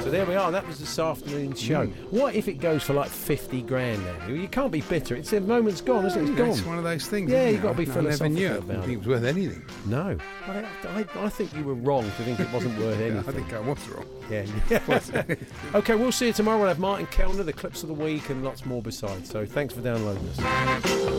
Speaker 4: So there we are. That was this afternoon's show.
Speaker 3: Mm.
Speaker 4: What if it goes for like 50 grand now? You can't be bitter. It's a moment's gone, isn't it? It's gone.
Speaker 3: It's one of those things.
Speaker 4: Yeah,
Speaker 3: isn't
Speaker 4: you've
Speaker 3: it?
Speaker 4: got to be
Speaker 3: I never
Speaker 4: philosophical
Speaker 3: knew it. I
Speaker 4: about
Speaker 3: didn't
Speaker 4: it.
Speaker 3: think it was worth anything.
Speaker 4: No. I, I, I think you were wrong to think it wasn't worth
Speaker 3: Yeah,
Speaker 4: anything.
Speaker 3: I think I was wrong.
Speaker 4: Yeah. yeah. okay, we'll see you tomorrow. We'll have Martin Kellner, the clips of the week, and lots more besides. So thanks for downloading us.